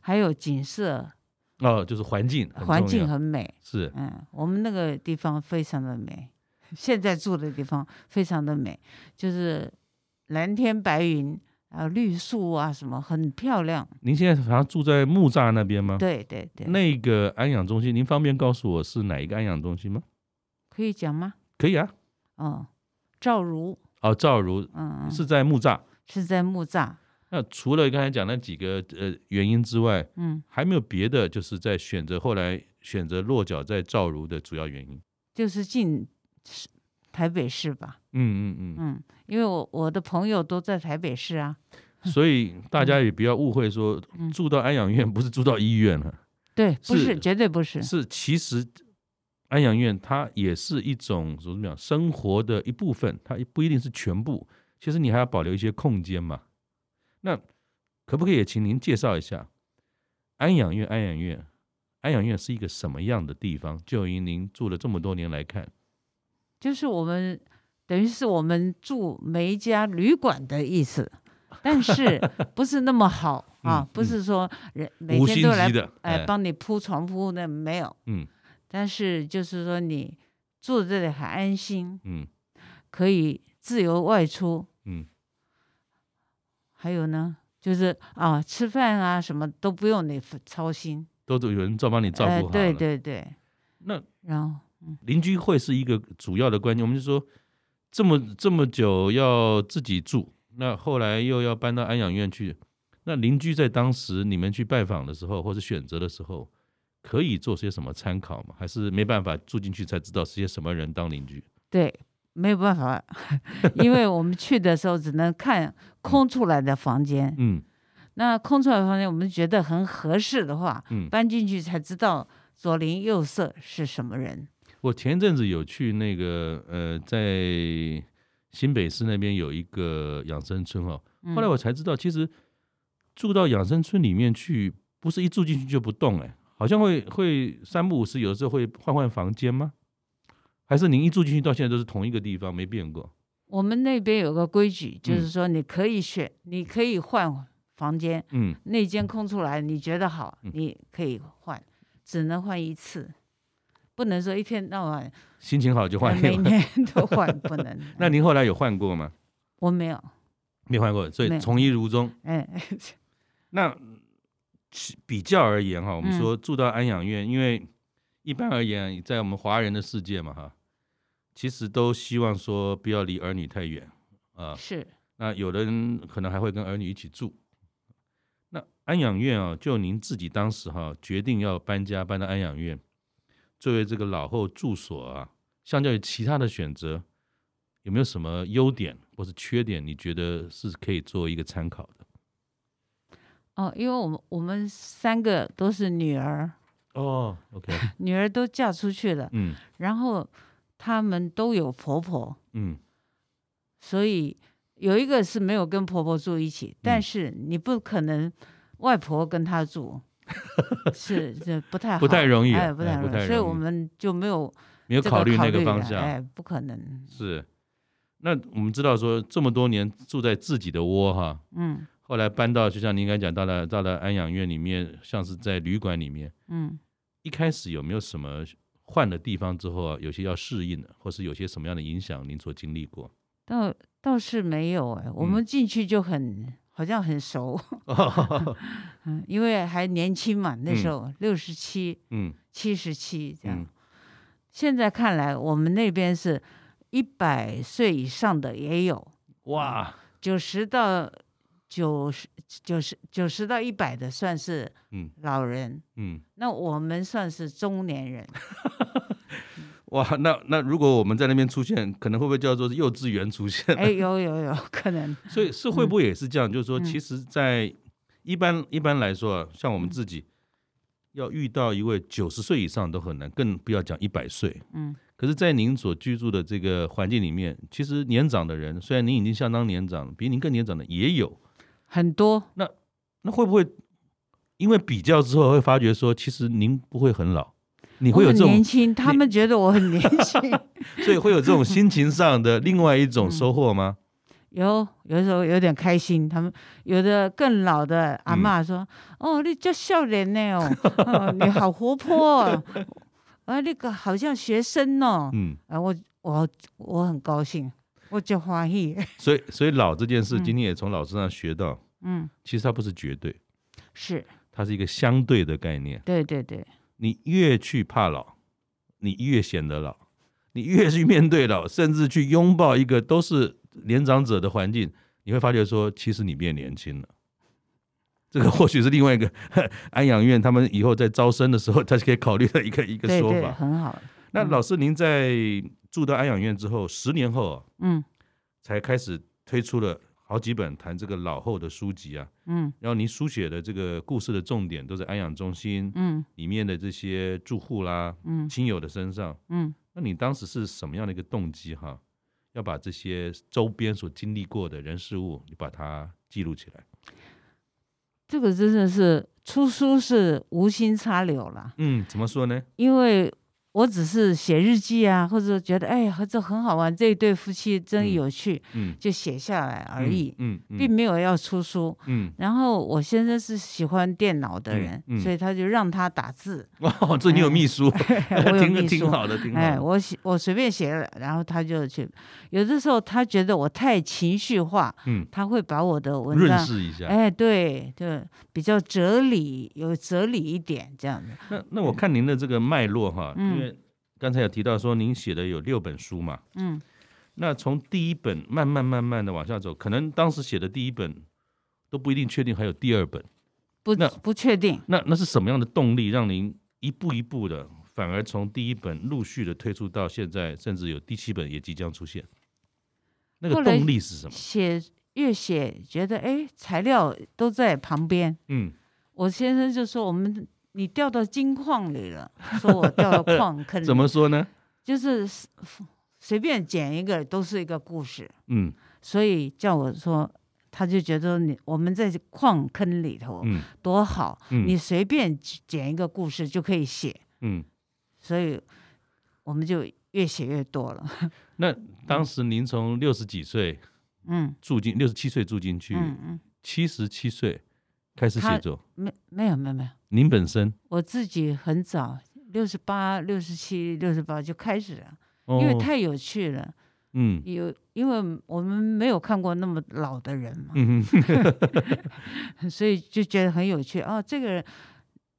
[SPEAKER 3] 还有景色，
[SPEAKER 2] 哦，就是环境很重要，
[SPEAKER 3] 环境很美。
[SPEAKER 2] 是
[SPEAKER 3] 嗯，我们那个地方非常的美， 现在住的地方非常的美，就是蓝天白云啊，绿树啊，什么很漂亮。
[SPEAKER 2] 您现在好像住在木栅那边吗？
[SPEAKER 3] 对对对，
[SPEAKER 2] 嗯那个安养中心，您方便告诉我是哪一个安养中心吗？
[SPEAKER 3] 可以讲吗？
[SPEAKER 2] 可以啊。
[SPEAKER 3] 哦，赵如，
[SPEAKER 2] 哦，赵如
[SPEAKER 3] 嗯，嗯
[SPEAKER 2] 是在木栅。
[SPEAKER 3] 是在木栅，
[SPEAKER 2] 那除了刚才讲那几个呃原因之外，
[SPEAKER 3] 嗯，
[SPEAKER 2] 还没有别的，就是在选择后来选择落脚在赵如的主要原因。
[SPEAKER 3] 就是近市台北市吧，
[SPEAKER 2] 嗯嗯嗯。
[SPEAKER 3] 嗯，因为我我的朋友都在台北市啊，
[SPEAKER 2] 所以大家也不要误会说，
[SPEAKER 3] 嗯
[SPEAKER 2] 住到安养院不是住到医院了，
[SPEAKER 3] 对，不是，
[SPEAKER 2] 是
[SPEAKER 3] 绝嗯对不是，
[SPEAKER 2] 是其实安养院它也是一种怎么讲生活的一部分，它不一定是全部。其实你还要保留一些空间嘛。那可不可以也请您介绍一下安养院？安养院，安养院是一个什么样的地方？就以您住了这么多年来看，
[SPEAKER 3] 就是我们等于是我们住每一家旅馆的意思， 但是不是那么好啊
[SPEAKER 2] 嗯，
[SPEAKER 3] 不是说人每
[SPEAKER 2] 五
[SPEAKER 3] 天
[SPEAKER 2] 星
[SPEAKER 3] 都来
[SPEAKER 2] 级的，
[SPEAKER 3] 哎帮你铺床铺那没有，
[SPEAKER 2] 嗯
[SPEAKER 3] 但是就是说你住这里很安心，
[SPEAKER 2] 嗯
[SPEAKER 3] 可以自由外出，
[SPEAKER 2] 嗯
[SPEAKER 3] 还有呢。就是啊，吃饭啊，什么都不用你操心。
[SPEAKER 2] 都都有人照帮你照顾好
[SPEAKER 3] 哎
[SPEAKER 2] 了。
[SPEAKER 3] 对对对，
[SPEAKER 2] 那
[SPEAKER 3] 然后
[SPEAKER 2] 邻居会是一个主要的关键。我们就说这么这么久要自己住，那后来又要搬到安养院去，那邻居在当时你们去拜访的时候，或者选择的时候，可以做些什么参考吗？还是没办法住进去才知道是些什么人当邻居？
[SPEAKER 3] 对，没有办法， 因为我们去的时候只能看空出来的房间。
[SPEAKER 2] 嗯
[SPEAKER 3] 那空出来的房间，我们觉得很合适的话，
[SPEAKER 2] 嗯，
[SPEAKER 3] 搬进去才知道左邻右舍是什么人。
[SPEAKER 2] 我前阵子有去那个呃，在新北市那边有一个养生村哦，
[SPEAKER 3] 嗯
[SPEAKER 2] 后来我才知道，其实住到养生村里面去，不是一住进去就不动哎、好像会会三不五时，有时候会换换房间吗？还是您一住进去到现在都是同一个地方没变过？
[SPEAKER 3] 我们那边有个规矩，就
[SPEAKER 2] 嗯
[SPEAKER 3] 是说你可以选，你可以换房间，
[SPEAKER 2] 嗯，
[SPEAKER 3] 那间空出来你觉得好，
[SPEAKER 2] 嗯
[SPEAKER 3] 你可以换，只能换一次，不能说一天到晚呃
[SPEAKER 2] 心情好就换一
[SPEAKER 3] 每
[SPEAKER 2] 个。
[SPEAKER 3] 年 都换，不能。
[SPEAKER 2] 那
[SPEAKER 3] 嗯
[SPEAKER 2] 您后来有换过吗？
[SPEAKER 3] 我没有，
[SPEAKER 2] 没换过，所
[SPEAKER 3] 没
[SPEAKER 2] 以
[SPEAKER 3] 有
[SPEAKER 2] 从一如终。
[SPEAKER 3] 哎，
[SPEAKER 2] 那其比较而言哈，我们
[SPEAKER 3] 嗯
[SPEAKER 2] 说住到安养院，因为一般而言，在我们华人的世界嘛哈，其实都希望说不要离儿女太远啊、
[SPEAKER 3] 是。
[SPEAKER 2] 那有的人可能还会跟儿女一起住。那安养院啊，就您自己当时哈、决定要搬家搬到安养院，作为这个老后住所啊，相较于其他的选择，有没有什么优点或是缺点？你觉得是可以做一个参考的？
[SPEAKER 3] 哦，因为我们我们三个都是女儿，
[SPEAKER 2] 哦，OK，
[SPEAKER 3] 女儿都嫁出去了，
[SPEAKER 2] 嗯
[SPEAKER 3] 然后他们都有婆婆，
[SPEAKER 2] 嗯
[SPEAKER 3] 所以有一个是没有跟婆婆住一起，
[SPEAKER 2] 嗯
[SPEAKER 3] 但是你不可能外婆跟 她住，是这不太好
[SPEAKER 2] 不太容易啊
[SPEAKER 3] 哎，不
[SPEAKER 2] 哎
[SPEAKER 3] 太
[SPEAKER 2] 不
[SPEAKER 3] 容
[SPEAKER 2] 太
[SPEAKER 3] 易，所以
[SPEAKER 2] 容易
[SPEAKER 3] 我们就没有
[SPEAKER 2] 没有
[SPEAKER 3] 这
[SPEAKER 2] 考虑啊那个
[SPEAKER 3] 了
[SPEAKER 2] 方向，
[SPEAKER 3] 哎，不可能，
[SPEAKER 2] 是。那我们知道说，这么多年住在自己的窝哈，
[SPEAKER 3] 嗯
[SPEAKER 2] 后来搬到就像您刚才讲，到了到了安养院里面，像是在旅馆里面，
[SPEAKER 3] 嗯
[SPEAKER 2] 一开始有没有什么换了地方之后啊，有些要适应的，或是有些什么样的影响，您所经历 过？
[SPEAKER 3] 倒倒是没有哎，我
[SPEAKER 2] 嗯
[SPEAKER 3] 们进去就很、好像很熟， 嗯，因为还年轻嘛，那时
[SPEAKER 2] 嗯
[SPEAKER 3] 候六十七、
[SPEAKER 2] 嗯
[SPEAKER 3] 七十七这样。
[SPEAKER 2] 嗯
[SPEAKER 3] 现在看来，我们那边是一百岁以上的也有，
[SPEAKER 2] 哇，
[SPEAKER 3] 九十到九十九十九十到一百的算是
[SPEAKER 2] 嗯
[SPEAKER 3] 老人，
[SPEAKER 2] 嗯，
[SPEAKER 3] 那我们算是中 年人。
[SPEAKER 2] 哇，那那如果我们在那边出现，可能会不会叫做是幼稚园出现？
[SPEAKER 3] 哎，有有有可能，
[SPEAKER 2] 所以是会不会也是这样？就是说，
[SPEAKER 3] 嗯
[SPEAKER 2] 其实，在一般一般来说啊，像我们自己要遇到一位九十岁以上都很难，更不要讲一百岁。
[SPEAKER 3] 嗯，
[SPEAKER 2] 可是，在您所居住的这个环境里面，其实年长的人，虽然您已经相当年长了，比您更年长的也有。
[SPEAKER 3] 很多
[SPEAKER 2] 那会不会因为比较之后，会发觉说，其实您不会很老，你
[SPEAKER 3] 我
[SPEAKER 2] 会有
[SPEAKER 3] 很
[SPEAKER 2] 这种
[SPEAKER 3] 年，轻，他
[SPEAKER 2] 你
[SPEAKER 3] 们觉得我很年轻。
[SPEAKER 2] 所以会有这种心情上的另外一种
[SPEAKER 3] 嗯
[SPEAKER 2] 收获吗？
[SPEAKER 3] 有有时候有点开心，他们有的更老的阿
[SPEAKER 2] 嗯
[SPEAKER 3] 嬷说：“哦，你叫笑脸呢哦，哦你好活泼哦， 啊，那个好像学生哦。
[SPEAKER 2] 嗯，
[SPEAKER 3] 啊，我我我很高兴，我就欢喜。
[SPEAKER 2] 所以所以老这件事，
[SPEAKER 3] 嗯
[SPEAKER 2] 今天也从老师上学到，
[SPEAKER 3] 嗯，
[SPEAKER 2] 其实它不是绝对。
[SPEAKER 3] 是
[SPEAKER 2] 它是一个相对的概念。
[SPEAKER 3] 对对对，
[SPEAKER 2] 你越去怕老，你越显得老；你越去面对老，甚至去拥抱一个都是年长者的环境，你会发觉说，其实你变年轻了。这个或许是另外一个 安养院他们以后在招生的时候，他是可以考虑的一个一个
[SPEAKER 3] 对
[SPEAKER 2] 说
[SPEAKER 3] 对，嗯
[SPEAKER 2] 法。
[SPEAKER 3] 很好。
[SPEAKER 2] 那老师，您在住到安养院之后，十年后、啊、
[SPEAKER 3] 嗯
[SPEAKER 2] 才开始推出了好几本谈这个老后的书籍啊。
[SPEAKER 3] 嗯
[SPEAKER 2] 然后您书写的这个故事的重点都在安养中心，
[SPEAKER 3] 嗯
[SPEAKER 2] 里面的这些住户啦、
[SPEAKER 3] 嗯
[SPEAKER 2] 亲友的身上。
[SPEAKER 3] 嗯，
[SPEAKER 2] 那你当时是什么样的一个动机哈？要把这些周边所经历过的人事物，你把它记录起来。
[SPEAKER 3] 这个真的是出书是无心插柳了，
[SPEAKER 2] 嗯，怎么说呢？
[SPEAKER 3] 因为。我只是写日记啊，或者觉得哎呀，这很好玩，这一对夫妻真
[SPEAKER 2] 嗯
[SPEAKER 3] 有趣，
[SPEAKER 2] 嗯，
[SPEAKER 3] 就写下来而已，
[SPEAKER 2] 嗯嗯
[SPEAKER 3] 并没有要出书。
[SPEAKER 2] 嗯，
[SPEAKER 3] 然后我先生是喜欢电脑的
[SPEAKER 2] 嗯
[SPEAKER 3] 人，
[SPEAKER 2] 嗯
[SPEAKER 3] 所以他就让他打字，
[SPEAKER 2] 哇，哦这你有秘 书，
[SPEAKER 3] 哎我 有秘
[SPEAKER 2] 挺挺
[SPEAKER 3] 书。
[SPEAKER 2] 好的，挺好
[SPEAKER 3] 哎，
[SPEAKER 2] 的。
[SPEAKER 3] 我写我随便写了，然后他就去。有的时候他觉得我太情绪化，
[SPEAKER 2] 嗯，
[SPEAKER 3] 他会把我的文
[SPEAKER 2] 润
[SPEAKER 3] 章，
[SPEAKER 2] 饰一下。
[SPEAKER 3] 哎，对，就比较哲理，有哲理一点这样的。
[SPEAKER 2] 那那我看您的这个脉络哈，因为
[SPEAKER 3] 嗯
[SPEAKER 2] 刚才有提到说您写的有六本书嘛，
[SPEAKER 3] 嗯，
[SPEAKER 2] 那从第一本慢慢慢慢的往下走，可能当时写的第一本都不一定确定还有第二本。
[SPEAKER 3] 不
[SPEAKER 2] 那
[SPEAKER 3] 不确定，
[SPEAKER 2] 那那是什么样的动力让您一步一步的，反而从第一本陆续的推出到现在，甚至有第七本也即将出现？那个
[SPEAKER 3] 后来
[SPEAKER 2] 动力是什么？
[SPEAKER 3] 写越写觉得哎，材料都在旁边，
[SPEAKER 2] 嗯，
[SPEAKER 3] 我先生就说我们你掉到金矿里了，说我掉到矿坑 里，
[SPEAKER 2] 怎么说呢？
[SPEAKER 3] 就是随随便捡一个都是一个故事，
[SPEAKER 2] 嗯
[SPEAKER 3] 所以叫我说，他就觉得你我们在矿坑里头
[SPEAKER 2] 嗯
[SPEAKER 3] 多好，你
[SPEAKER 2] 嗯
[SPEAKER 3] 随便捡一个故事就可以写，
[SPEAKER 2] 嗯。
[SPEAKER 3] 所以我们就越写越多了，
[SPEAKER 2] 那当时您从六十几岁
[SPEAKER 3] 嗯
[SPEAKER 2] 住进，六十七岁住进去，
[SPEAKER 3] 嗯嗯，
[SPEAKER 2] 七十七岁开始
[SPEAKER 3] 他
[SPEAKER 2] 写作。
[SPEAKER 3] 没没有没有没有，
[SPEAKER 2] 您本身，
[SPEAKER 3] 我自己很早。六十八、六十七、六十八就开始了，
[SPEAKER 2] 哦
[SPEAKER 3] 因为太有趣了。
[SPEAKER 2] 嗯
[SPEAKER 3] 有，因为我们没有看过那么老的人嘛，
[SPEAKER 2] 嗯哼嗯
[SPEAKER 3] 所以就觉得很有趣。哦，这个人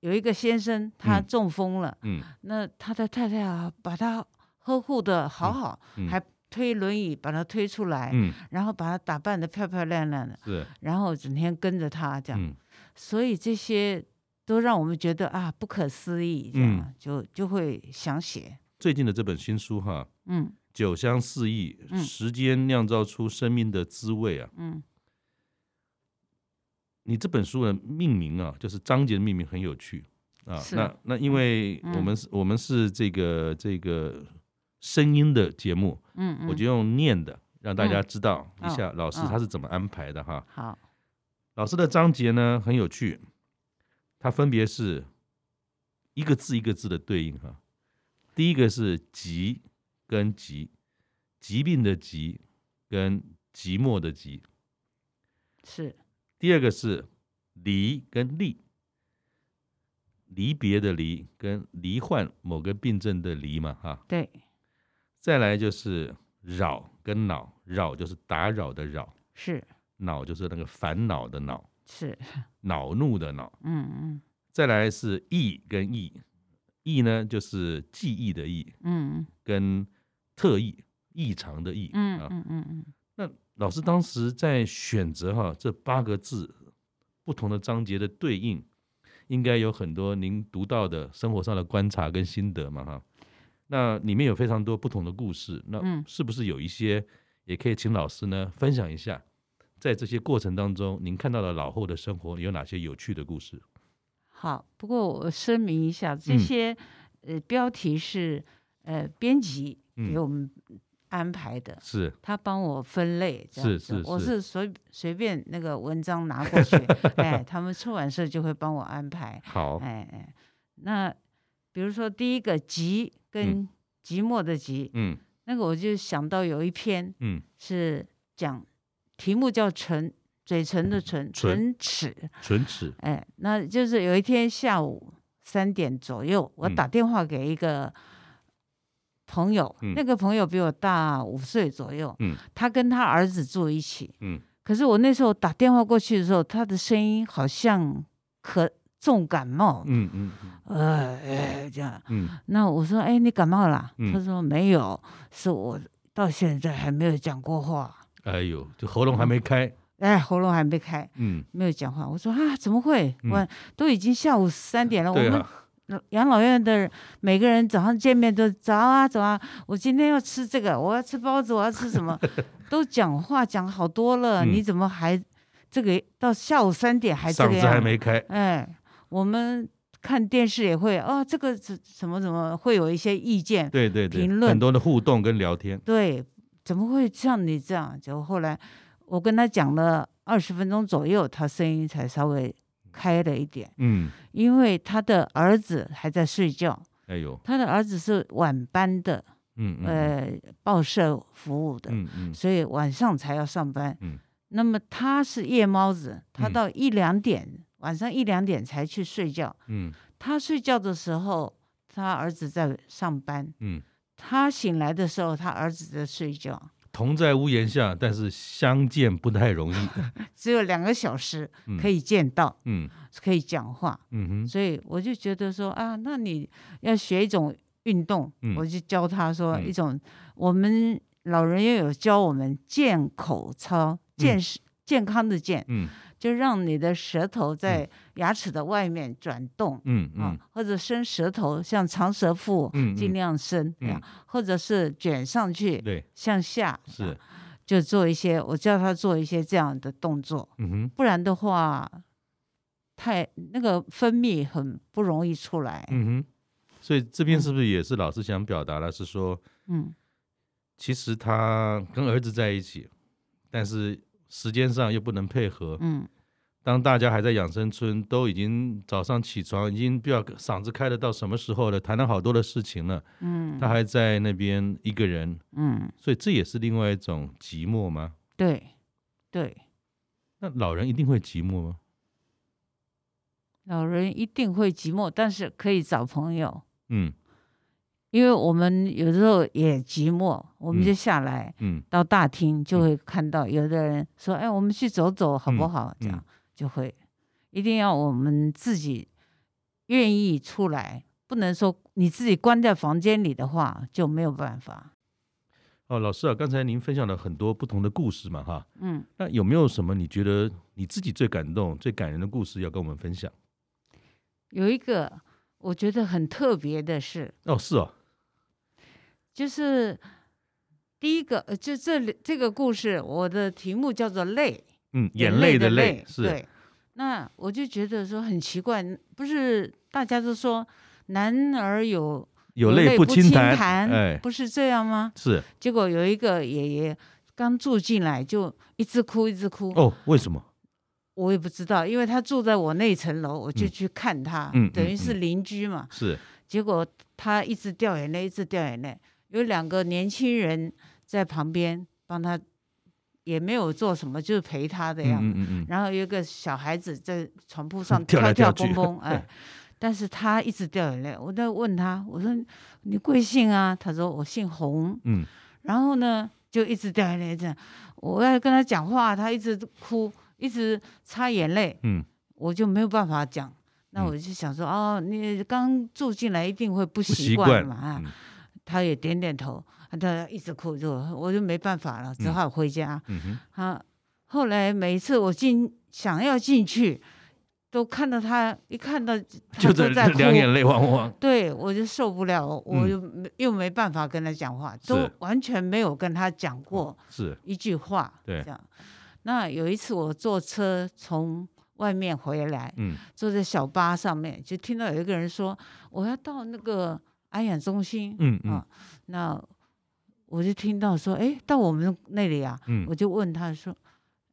[SPEAKER 3] 有一个先生，他
[SPEAKER 2] 嗯
[SPEAKER 3] 中风了，
[SPEAKER 2] 嗯
[SPEAKER 3] 那他的太太啊，把他呵护的好好，
[SPEAKER 2] 嗯
[SPEAKER 3] 还推轮椅把他推出来，
[SPEAKER 2] 嗯
[SPEAKER 3] 然后把他打扮的漂漂亮亮的，
[SPEAKER 2] 是
[SPEAKER 3] 然后整天跟着他 这样，
[SPEAKER 2] 嗯
[SPEAKER 3] 所以这些都让我们觉得啊不可思议，这
[SPEAKER 2] 嗯
[SPEAKER 3] 样、就就会想写，
[SPEAKER 2] 最近的这本新书哈，
[SPEAKER 3] 嗯
[SPEAKER 2] 酒香四溢，
[SPEAKER 3] 嗯
[SPEAKER 2] 时间酿造出生命的滋味啊！
[SPEAKER 3] 嗯
[SPEAKER 2] 你这本书的命名啊，就是章节的命名很有趣，啊。
[SPEAKER 3] 是嗯
[SPEAKER 2] 那那因为我们是、我们是这个这个声音的节目，
[SPEAKER 3] 嗯嗯，
[SPEAKER 2] 我就用念的，让大家知道一
[SPEAKER 3] 嗯
[SPEAKER 2] 下老师
[SPEAKER 3] 嗯
[SPEAKER 2] 他是怎么安排的哈。
[SPEAKER 3] 好，
[SPEAKER 2] 老师的章节呢很有趣，它分别是一个字一个字的对应哈。第一个是疾跟疾，疾病的疾跟寂寞的寂。
[SPEAKER 3] 是
[SPEAKER 2] 第二个是离跟离，离别的离跟罹患某个病症的离嘛哈。
[SPEAKER 3] 对，
[SPEAKER 2] 再来就是扰跟恼，扰就是打扰的扰，
[SPEAKER 3] 是
[SPEAKER 2] 恼就是那个烦恼的恼，
[SPEAKER 3] 是，
[SPEAKER 2] 恼怒的恼。
[SPEAKER 3] 嗯嗯
[SPEAKER 2] 再来是意跟意，意呢就是记忆的意
[SPEAKER 3] 嗯
[SPEAKER 2] 跟特异异常的异
[SPEAKER 3] 嗯
[SPEAKER 2] 啊。
[SPEAKER 3] 嗯嗯嗯，
[SPEAKER 2] 那老师当时在选择哈这八个字不同的章节的对应，应该有很多您读到的生活上的观察跟心得嘛哈。那里面有非常多不同的故事，那
[SPEAKER 3] 嗯
[SPEAKER 2] 是不是有一些也可以请老师呢分享一下？在这些过程当中，您看到了老后的生活有哪些有趣的故事？
[SPEAKER 3] 好。不过我声明一下，这
[SPEAKER 2] 嗯
[SPEAKER 3] 些、呃标题是呃编辑
[SPEAKER 2] 嗯
[SPEAKER 3] 给我们安排的，
[SPEAKER 2] 是
[SPEAKER 3] 他帮我分类，这样
[SPEAKER 2] 是
[SPEAKER 3] 子
[SPEAKER 2] 是
[SPEAKER 3] 我
[SPEAKER 2] 是
[SPEAKER 3] 是随随便那个文章拿 过去，哎，他们出版社就会帮我安排，
[SPEAKER 2] 好，
[SPEAKER 3] 哎哎。那比如说第一个“寂”跟寂寞的“寂”，
[SPEAKER 2] 嗯
[SPEAKER 3] 那个我就想到有一篇
[SPEAKER 2] 嗯，
[SPEAKER 3] 是讲题目叫“唇”，嘴唇的“唇”，
[SPEAKER 2] 嗯唇
[SPEAKER 3] 唇齿，
[SPEAKER 2] 唇齿，
[SPEAKER 3] 哎，那就是有一天下午三点左右，我
[SPEAKER 2] 嗯
[SPEAKER 3] 打电话给一个朋友，
[SPEAKER 2] 嗯
[SPEAKER 3] 那个朋友比我大五岁左右，
[SPEAKER 2] 嗯
[SPEAKER 3] 他跟他儿子住一起。
[SPEAKER 2] 嗯
[SPEAKER 3] 可是我那时候打电话过去的时候，他的声音好像咳重感冒，
[SPEAKER 2] 嗯嗯嗯
[SPEAKER 3] 呃呃这样。
[SPEAKER 2] 嗯
[SPEAKER 3] 那我说，哎，你感冒啦？
[SPEAKER 2] 嗯
[SPEAKER 3] 他说没有，是我到现在还没有讲过话，
[SPEAKER 2] 哎呦，这喉咙还没开，
[SPEAKER 3] 哎，喉咙还没开。
[SPEAKER 2] 嗯，
[SPEAKER 3] 没有讲话，我说啊，怎么会？
[SPEAKER 2] 嗯
[SPEAKER 3] 我都已经下午三点了，我
[SPEAKER 2] 对
[SPEAKER 3] 们
[SPEAKER 2] 啊，
[SPEAKER 3] 老养老院的每个人早上见面都早啊早啊，我今天要吃这个，我要吃包子，我要吃什 么，都讲话讲好多了，
[SPEAKER 2] 嗯
[SPEAKER 3] 你怎么还这个到下午三点还这
[SPEAKER 2] 嗓
[SPEAKER 3] 个
[SPEAKER 2] 子还
[SPEAKER 3] 样？
[SPEAKER 2] 没开，
[SPEAKER 3] 哎，我们看电视也会哦，这个怎怎么怎么会有一些意见？
[SPEAKER 2] 对对对，
[SPEAKER 3] 评论
[SPEAKER 2] 很多的互动跟聊天，
[SPEAKER 3] 对，怎么会像你这样？就后来我跟他讲了二十分钟左右，他声音才稍微开了一点，
[SPEAKER 2] 嗯，
[SPEAKER 3] 因为他的儿子还在睡觉，
[SPEAKER 2] 哎呦，
[SPEAKER 3] 他的儿子是晚班的，
[SPEAKER 2] 嗯嗯嗯
[SPEAKER 3] 呃，报社服务的，
[SPEAKER 2] 嗯嗯
[SPEAKER 3] 所以晚上才要上班。
[SPEAKER 2] 嗯
[SPEAKER 3] 那么他是夜猫子，他
[SPEAKER 2] 嗯
[SPEAKER 3] 到一两点，晚上一两点才去睡觉。
[SPEAKER 2] 嗯
[SPEAKER 3] 他睡觉的时候，他儿子在上班；
[SPEAKER 2] 嗯，
[SPEAKER 3] 他醒来的时候，他儿子在睡觉。
[SPEAKER 2] 同在屋檐下，但是相见不太容易，
[SPEAKER 3] 只有两个小时
[SPEAKER 2] 嗯
[SPEAKER 3] 可以见到，
[SPEAKER 2] 嗯
[SPEAKER 3] 可以讲话，
[SPEAKER 2] 嗯哼，
[SPEAKER 3] 所以我就觉得说啊，那你要学一种运动，
[SPEAKER 2] 嗯
[SPEAKER 3] 我就教他说
[SPEAKER 2] 嗯
[SPEAKER 3] 一种，我们老人也有教我们健口操，健是、健康的健，
[SPEAKER 2] 嗯
[SPEAKER 3] 就让你的舌头在牙齿的外面转动。
[SPEAKER 2] 嗯
[SPEAKER 3] 啊
[SPEAKER 2] 嗯，
[SPEAKER 3] 或者伸舌头，像长舌妇，
[SPEAKER 2] 嗯嗯
[SPEAKER 3] 尽量伸，
[SPEAKER 2] 嗯
[SPEAKER 3] 啊或者是卷上去，
[SPEAKER 2] 对，
[SPEAKER 3] 向下，
[SPEAKER 2] 是
[SPEAKER 3] 啊，就做一些，我叫他做一些这样的动作，
[SPEAKER 2] 嗯哼，
[SPEAKER 3] 不然的话，太那个分泌很不容易出来。
[SPEAKER 2] 嗯哼，所以这边是不是也是老师想表达的是说，
[SPEAKER 3] 嗯
[SPEAKER 2] 其实他跟儿子在一起，但是时间上又不能配合，
[SPEAKER 3] 嗯
[SPEAKER 2] 当大家还在养生村，都已经早上起床，已经不知道嗓子开了到什么时候了，谈了好多的事情了，
[SPEAKER 3] 嗯
[SPEAKER 2] 他还在那边一个人，
[SPEAKER 3] 嗯，
[SPEAKER 2] 所以这也是另外一种寂寞吗？
[SPEAKER 3] 对对，
[SPEAKER 2] 那老人一定会寂寞吗？
[SPEAKER 3] 老人一定会寂寞，但是可以找朋友，
[SPEAKER 2] 嗯
[SPEAKER 3] 因为我们有时候也寂寞，我们
[SPEAKER 2] 嗯
[SPEAKER 3] 就下来、
[SPEAKER 2] 嗯
[SPEAKER 3] 到大厅，就会看到有的人说：“哎，我们去走走好不
[SPEAKER 2] 嗯
[SPEAKER 3] 好？”这
[SPEAKER 2] 嗯
[SPEAKER 3] 样就会一定要我们自己愿意出来。不能说你自己关在房间里的话就没有办法。
[SPEAKER 2] 哦，老师啊，刚才您分享了很多不同的故事嘛，哈，
[SPEAKER 3] 嗯，
[SPEAKER 2] 那有没有什么你觉得你自己最感动、最感人的故事要跟我们分享？
[SPEAKER 3] 有一个我觉得很特别的事，
[SPEAKER 2] 哦，是哦，
[SPEAKER 3] 就是第一个，呃就这里这个故事，我的题目叫做“泪
[SPEAKER 2] 嗯”，，
[SPEAKER 3] 眼
[SPEAKER 2] 泪
[SPEAKER 3] 的
[SPEAKER 2] 泪
[SPEAKER 3] 泪，
[SPEAKER 2] 是，
[SPEAKER 3] 对。那我就觉得说很奇怪，不是大家都说男儿有
[SPEAKER 2] 有
[SPEAKER 3] 泪
[SPEAKER 2] 泪
[SPEAKER 3] 不
[SPEAKER 2] 轻
[SPEAKER 3] 弹，
[SPEAKER 2] 哎，
[SPEAKER 3] 不是这样吗？
[SPEAKER 2] 是
[SPEAKER 3] 结果有一个爷爷刚住进来就一直哭一直哭，
[SPEAKER 2] 哦，为什么？
[SPEAKER 3] 我也不知道，因为他住在我那一层楼，我就
[SPEAKER 2] 嗯
[SPEAKER 3] 去看他，
[SPEAKER 2] 嗯嗯
[SPEAKER 3] 等于是
[SPEAKER 2] 嗯
[SPEAKER 3] 邻居嘛。
[SPEAKER 2] 是
[SPEAKER 3] 结果他一直掉眼泪，一直掉眼泪。有两个年轻人在旁边帮他，也没有做什么，就是陪他的
[SPEAKER 2] 嗯
[SPEAKER 3] 样
[SPEAKER 2] 嗯
[SPEAKER 3] 子。
[SPEAKER 2] 嗯嗯，
[SPEAKER 3] 然后有一个小孩子在床铺 上
[SPEAKER 2] 跳来
[SPEAKER 3] 跳
[SPEAKER 2] 跳去
[SPEAKER 3] 蹦 蹦，哎，但是他一直掉眼泪。我在问他，我说你贵姓啊？他说我姓洪。
[SPEAKER 2] 嗯，
[SPEAKER 3] 然后呢，就一直掉眼泪，这样我要跟他讲话，他一直哭，一直擦眼泪，
[SPEAKER 2] 嗯，
[SPEAKER 3] 我就没有办法讲。那
[SPEAKER 2] 嗯
[SPEAKER 3] 我就想说，哦，你刚住进来一定会不
[SPEAKER 2] 不习
[SPEAKER 3] 习
[SPEAKER 2] 惯
[SPEAKER 3] 惯嘛，啊，
[SPEAKER 2] 嗯
[SPEAKER 3] 他也点点头，他一直哭，就我就没办法了，只
[SPEAKER 2] 嗯
[SPEAKER 3] 好回家。
[SPEAKER 2] 嗯哼，
[SPEAKER 3] 啊，后来每一次我进想要进去，都看到他一看到他
[SPEAKER 2] 就
[SPEAKER 3] 都在哭，
[SPEAKER 2] 两眼泪汪汪，
[SPEAKER 3] 对我就受不了，我
[SPEAKER 2] 嗯
[SPEAKER 3] 就没、又没办法跟他讲话，
[SPEAKER 2] 是
[SPEAKER 3] 都完全没有跟他讲过
[SPEAKER 2] 是
[SPEAKER 3] 一句话，
[SPEAKER 2] 对
[SPEAKER 3] 这样。那有一次我坐车从外面回来，
[SPEAKER 2] 嗯
[SPEAKER 3] 坐在小巴上面，就听到有一个人说我要到那个安养中心，
[SPEAKER 2] 嗯嗯
[SPEAKER 3] 啊，那我就听到说，哎，到我们那里啊，
[SPEAKER 2] 嗯
[SPEAKER 3] 我就问他说：“